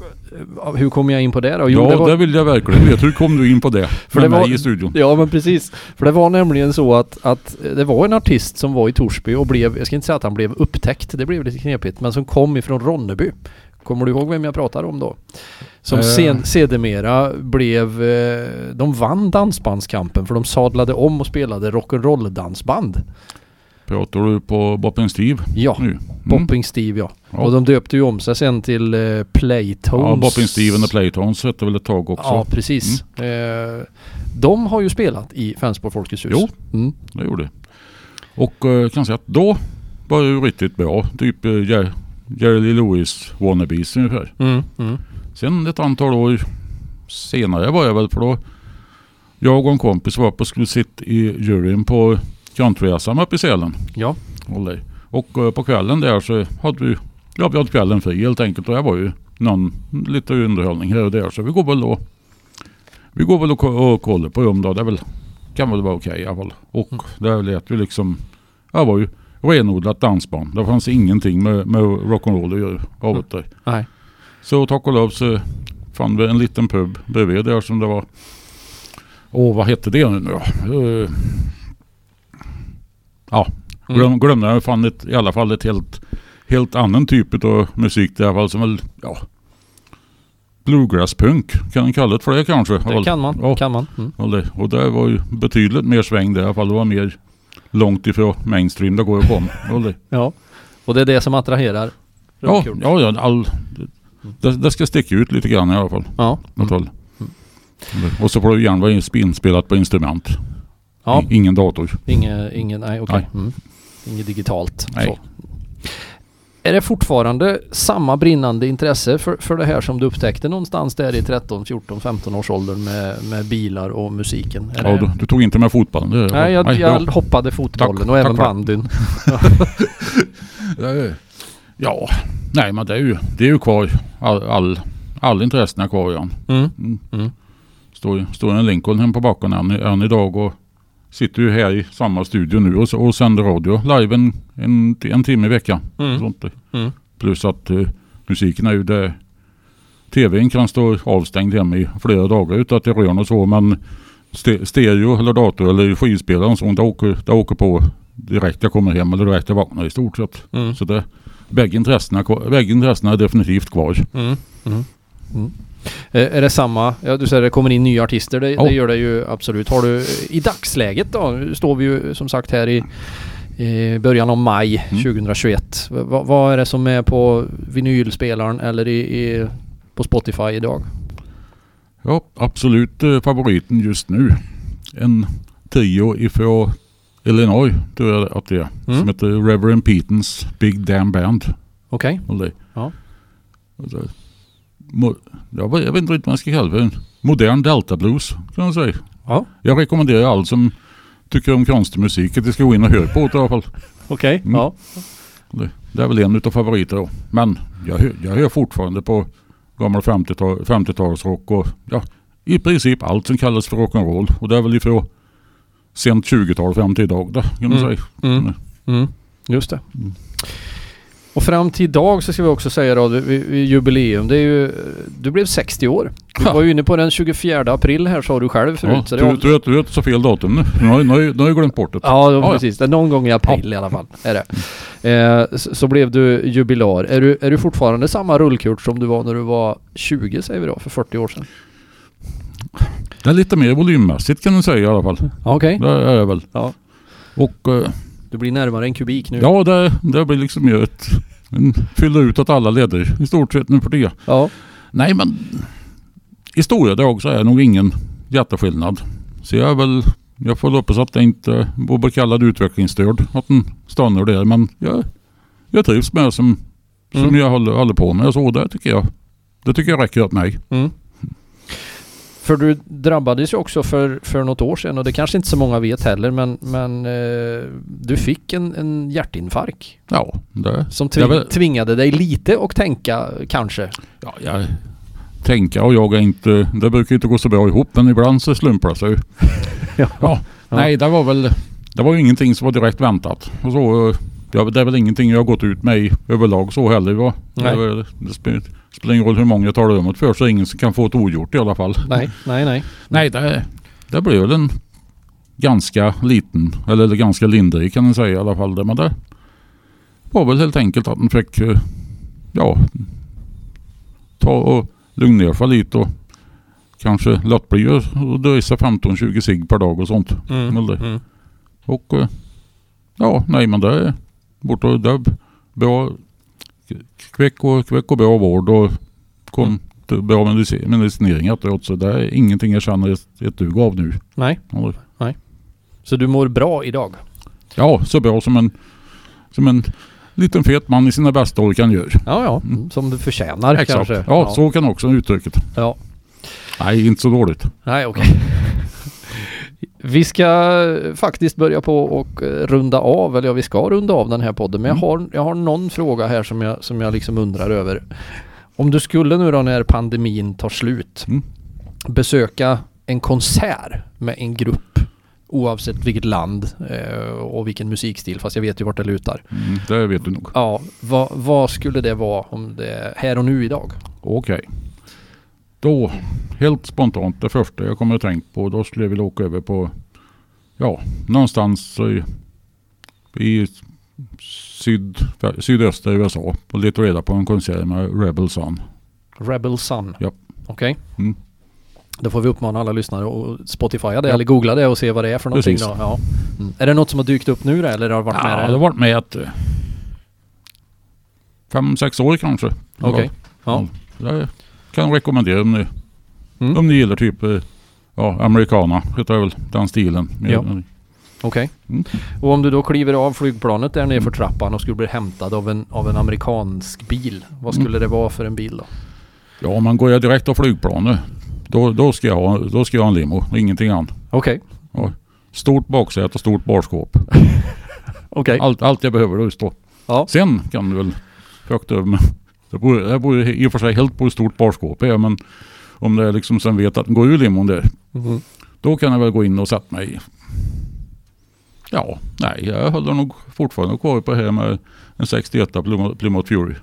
S1: eh, hur kom jag in på det då?
S2: ja,
S1: det
S2: det,
S1: var,
S2: vill jag verkligen veta. Hur kom du in på det? För
S1: det
S2: med
S1: var-
S2: mig i studion.
S1: ja, men precis. För det var nämligen så att, att det var en artist som var i Torsby och blev, jag ska inte säga att han blev upptäckt, det blev lite knepigt, men som kom ifrån Ronneby. Kommer du ihåg vem jag pratar om då? Som
S2: Eh.
S1: sen, sedermera blev... eh, De vann dansbandskampen för de sadlade om och spelade rock'n'roll-dansband.
S2: Pratar du på Boppin Steve
S1: Ja,
S2: nu? Mm.
S1: Bopping Steve ja.
S2: Ja.
S1: Och de döpte ju om sig sen till eh, Playtones.
S2: Ja, Boppin Steve and the Playtones hette väl ett tag också. Mm.
S1: Ja, precis. Eh, de har ju spelat i Fensborg Folkets hus.
S2: Jo.
S1: Mm.
S2: Det gjorde det. Och eh, kan säga att då var det ju riktigt bra. Typ eh, Jer- Jerry Lee Lewis wannabes ungefär.
S1: Mm. Mm.
S2: Sen ett antal år senare var jag väl för då jag och en kompis var på skulle sitta i juryn på country-SM uppe i Sälen.
S1: Ja.
S2: Och det. Och eh, på kvällen där så hade vi, ja vi hade kvällen fri helt enkelt och jag var ju någon, lite underhållning här och där så vi går väl då, vi går väl och, ko- och kollar på dem då, det är väl, kan väl vara okej i alla fall. Och
S1: Mm.
S2: där lät ju liksom, jag var ju renodlat dansband, det fanns ingenting med, med rock'n'roll att göra av
S1: Mm.
S2: det där.
S1: Nej.
S2: Så tack och lov så fann vi en liten pub bredvid där som det var. Åh, vad hette det nu då? Eh,
S1: Mm.
S2: Glöm, glömde jag fann ett, i alla fall ett helt, helt annan typ av musik i alla fall som väl, ja. Bluegrass-punk, kan man kalla det för det kanske?
S1: Det kan man.
S2: Ja.
S1: Kan man. Mm.
S2: Ja, det- Och det var ju betydligt mer sväng där i alla fall. Det var mer långt ifrån mainstream det går att komma. Aldrig.
S1: Ja. Och det är det som attraherar
S2: ja,
S1: rullkul.
S2: ja, ja, all, det, det ska sticka ut lite grann i alla fall.
S1: Ja.
S2: Åt håll.
S1: Mm.
S2: Och så får det gärna vara inspelat på instrument.
S1: ja.
S2: I- Ingen dator.
S1: Inge, ingen, nej okej.
S2: Mm. Nej.
S1: Mm. Inget digitalt.
S2: Nej.
S1: Så. Är det fortfarande samma brinnande intresse för, för det här som du upptäckte någonstans där i 13, 14, 15 års åldern med, med bilar och musiken? Är
S2: Ja,
S1: det...
S2: du, du tog inte med fotbollen. Det,
S1: Nej, jag, jag
S2: bra.
S1: hoppade fotbollen
S2: Tack,
S1: och även
S2: tack för det.
S1: bandyn.
S2: Det är- Ja, nej men det är ju, det är ju kvar. All, all, all intressen är kvar igen.
S1: Mm.
S2: Står, ju- står en Lincoln hem på backen än, än idag och sitter ju här i samma studio nu och, så- och sänder radio live en, en, en timme i veckan.
S1: Mm.
S2: Sånt. där.
S1: Mm.
S2: Plus att eh, musiken är ju det. TVn kan stå avstängd hemma i flera dagar utan att det rör något så men ste, stereo eller dator eller skivspelaren sånt det åker, det åker på direkt jag kommer hem eller direkt jag vaknar i stort sett.
S1: Mm.
S2: Så det, bägge intressena, bägge intressena är definitivt kvar.
S1: Mm. Mm. Mm. Eh, Är det samma, ja, du säger det kommer in nya artister, det,
S2: Ja.
S1: det gör det ju absolut. Har du i dagsläget då, nu står vi ju som sagt här i, i början av maj
S2: Mm.
S1: 2021. V- vad- vad är det som är på vinylspelaren eller i, i, på Spotify idag?
S2: Ja, absolut eh, favoriten just nu. En trio ifrån Illinois tror jag att det är.
S1: Mm.
S2: Som heter Reverend Petons Big Damn Band.
S1: Okej?
S2: Eller,
S1: Ja.
S2: Alltså, mo- ja, vad- jag vet inte riktigt vad jag ska kalla det. för. En Modern Delta Blues kan man säga.
S1: Ja.
S2: Jag rekommenderar alla som tycker om konstig musik att de ska gå in och höra på det i alla fall.
S1: Okej,
S2: Mm.
S1: ja.
S2: Det, det är väl en utav favoriterna. då. Men jag, hör- jag hör fortfarande på gammal 50-tal 50-talsrock och ja, i princip allt som kallas för rock'n'roll. Och det är väl ifrån sent 20-tal fram till idag då, kan man
S1: Mm.
S2: säga.
S1: Mm.
S2: Nej.
S1: Mm. Just det.
S2: Mm.
S1: Och fram till idag så ska vi också säga då, vi, vi jubileum, det är ju, eh, du blev 60 år. Du
S2: Ha.
S1: var ju inne på den 24 april här sa du själv förut.
S2: Ja,
S1: så det är
S2: du, du, du, du så fel datum nu. Nu har, jag- nu har, jag- nu har jag glömt bort det.
S1: Ja,
S2: ja.
S1: precis. Det är Någon gång i april i alla fall är det. Eh, så, så blev du jubilar. Är du, är du fortfarande samma rullkurs som du var när du var 20 säger vi då, för 40 år sedan?
S2: Det är lite mer volymmässigt kan man säga i alla fall.
S1: Ja, Okej.
S2: Det är jag väl.
S1: Ja.
S2: Och eh,
S1: Du blir närmare en kubik nu.
S2: ja, det, det blir liksom mer ett... en- Fyller ut åt alla leder i stort sett nu för det.
S1: Ja.
S2: Nej men i stora drag så är det nog ingen jätteskillnad. Så jag är väl, jag får hoppas att jag inte blir kallad utvecklingsstörd. Att den stannar där. Men jag, jag trivs med det som, som
S1: Mm.
S2: jag håller, håller på med. Så det tycker jag. Det tycker jag räcker åt mig.
S1: Mm. För du drabbades ju också för, för något år sedan och det kanske inte så många vet heller men, men eh, du fick en, en hjärtinfarkt
S2: Ja, det,
S1: som
S2: Jag
S1: tving,
S2: vet-
S1: tvingade dig lite att tänka kanske.
S2: ja jag tänker och jag är inte, det brukar ju inte gå så bra ihop men ibland så slumpar det sig. Ja, Nej, det var väl det var ju ingenting som var direkt väntat. Och så, eh, ja, det är väl ingenting jag har gått ut med i överlag så heller. Va? Det,
S1: Nej.
S2: är väl- det spelar, spelar ingen roll hur många jag talar om det för så är det ingen som kan få ett ogjort i alla fall.
S1: Nej, nej, nej.
S2: Nej, det, det blev väl en ganska liten, eller ganska lindrig kan man säga i alla fall. Det, men det var väl helt enkelt att man fick, eh, ja, ta och lugna ner sig lite och kanske låta bli att att dösa 15-20 cigg per dag och sånt.
S1: Mm.
S2: Väl det.
S1: Mm.
S2: Och eh, ja, nej men det är borta och det är bra. Kväck och, kväck och bra vård och kom
S1: Mm.
S2: till bra medici- medicinering efteråt. Så det är ingenting jag känner ett, ett dug av nu.
S1: Nej, så du mår bra idag?
S2: Ja, så bra som en, som en liten fet man i sina bästa år kan göra.
S1: Ja, ja.
S2: Mm.
S1: Som du förtjänar kanske.
S2: Ja, så kan också uttrycket.
S1: Ja.
S2: Nej, inte så dåligt.
S1: Nej, okej. vi ska eh, faktiskt börja på och eh, runda av, eller ja, vi ska runda av den här podden. Men jag,
S2: Mm.
S1: har, jag har någon fråga här som jag, som jag liksom undrar över. Om du skulle nu då när pandemin tar slut
S2: Mm.
S1: besöka en konsert med en grupp oavsett vilket land eh, och vilken musikstil, fast jag vet ju vart det lutar.
S2: Mm, det vet du nog.
S1: Ja, vad, vad skulle det vara om det är här och nu idag?
S2: Okej. Då, helt spontant, det första jag kommer att tänka på, då skulle jag vilja åka över på, ja, någonstans i, i syd, sydöstra USA och leta reda på en konsert med Rebel Sun.
S1: Rebel Sun?
S2: Ja.
S1: Okej.
S2: Mm.
S1: Då får vi uppmana alla lyssnare att spotifya det
S2: Ja.
S1: eller googla det och se vad det är för någonting
S2: Precis.
S1: då. Ja. Mm. Är det något som har dykt upp nu då, eller har det varit
S2: ja,
S1: med
S2: det
S1: det?
S2: har varit med ett... eh, Fem, sex år kanske.
S1: Okej. Ja.
S2: Mm. Det kan jag rekommendera om ni,
S1: Mm.
S2: om ni gillar typ eh, ja, americana. Heter det väl den stilen.
S1: Ja. Okej.
S2: Mm.
S1: Och om du då kliver av flygplanet där nere för trappan och skulle bli hämtad av en, av en amerikansk bil. Vad skulle
S2: Mm.
S1: det vara för en bil då?
S2: Ja, om man går jag direkt av flygplanet. Då, då, ska jag, ha- då ska jag ha en limo. Ingenting annat.
S1: Okej.
S2: Stort baksäte och stort barskåp.
S1: Okej.
S2: Allt, allt jag behöver är att stå.
S1: Ja.
S2: Sen kan du väl eh, högt över mig. Det beror, det beror i och för sig helt på hur stort barskåp är men om det är liksom sen vet att den går ur limon där. Mm.
S1: Mhm.
S2: Då kan jag väl gå in och sätta mig. i. Ja, nej jag håller nog fortfarande kvar på det här med en 61 Plymouth Plymouth Fury.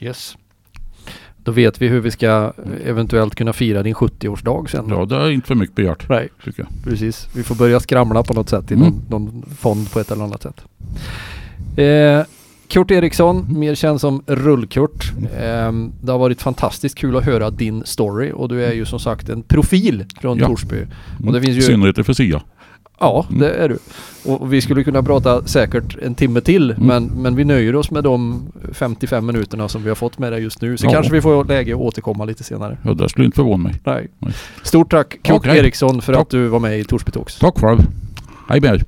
S1: Yes. Då vet vi hur vi ska eventuellt kunna fira din 70-årsdag sen.
S2: Ja, det är inte för mycket begärt
S1: Nej,
S2: tycker jag.
S1: precis. Vi får börja skramla på något sätt i
S2: Mm.
S1: någon, någon fond på ett eller annat sätt. Eh, Kurt
S2: Mm.
S1: Eriksson, mer känd som Rullkurt. Ehm, det har varit fantastiskt kul att höra din story och du är ju som sagt en profil från
S2: Ja.
S1: Torsby.
S2: Mm.
S1: Och det finns ju-
S2: I synnerhet i Sia.
S1: Ja,
S2: Mm.
S1: det är du. Och vi skulle kunna prata säkert en timme till,
S2: Mm.
S1: men, men vi nöjer oss med de 55 minuterna som vi har fått med dig just nu. Så
S2: Ja.
S1: kanske vi får läge att återkomma lite senare.
S2: Ja, det skulle inte förvåna mig.
S1: Nej.
S2: Nej.
S1: Stort tack Kurt
S2: Okej.
S1: Eriksson för
S2: Tack.
S1: att du var med i Torsby Talks.
S2: Tack själv. Hej med er.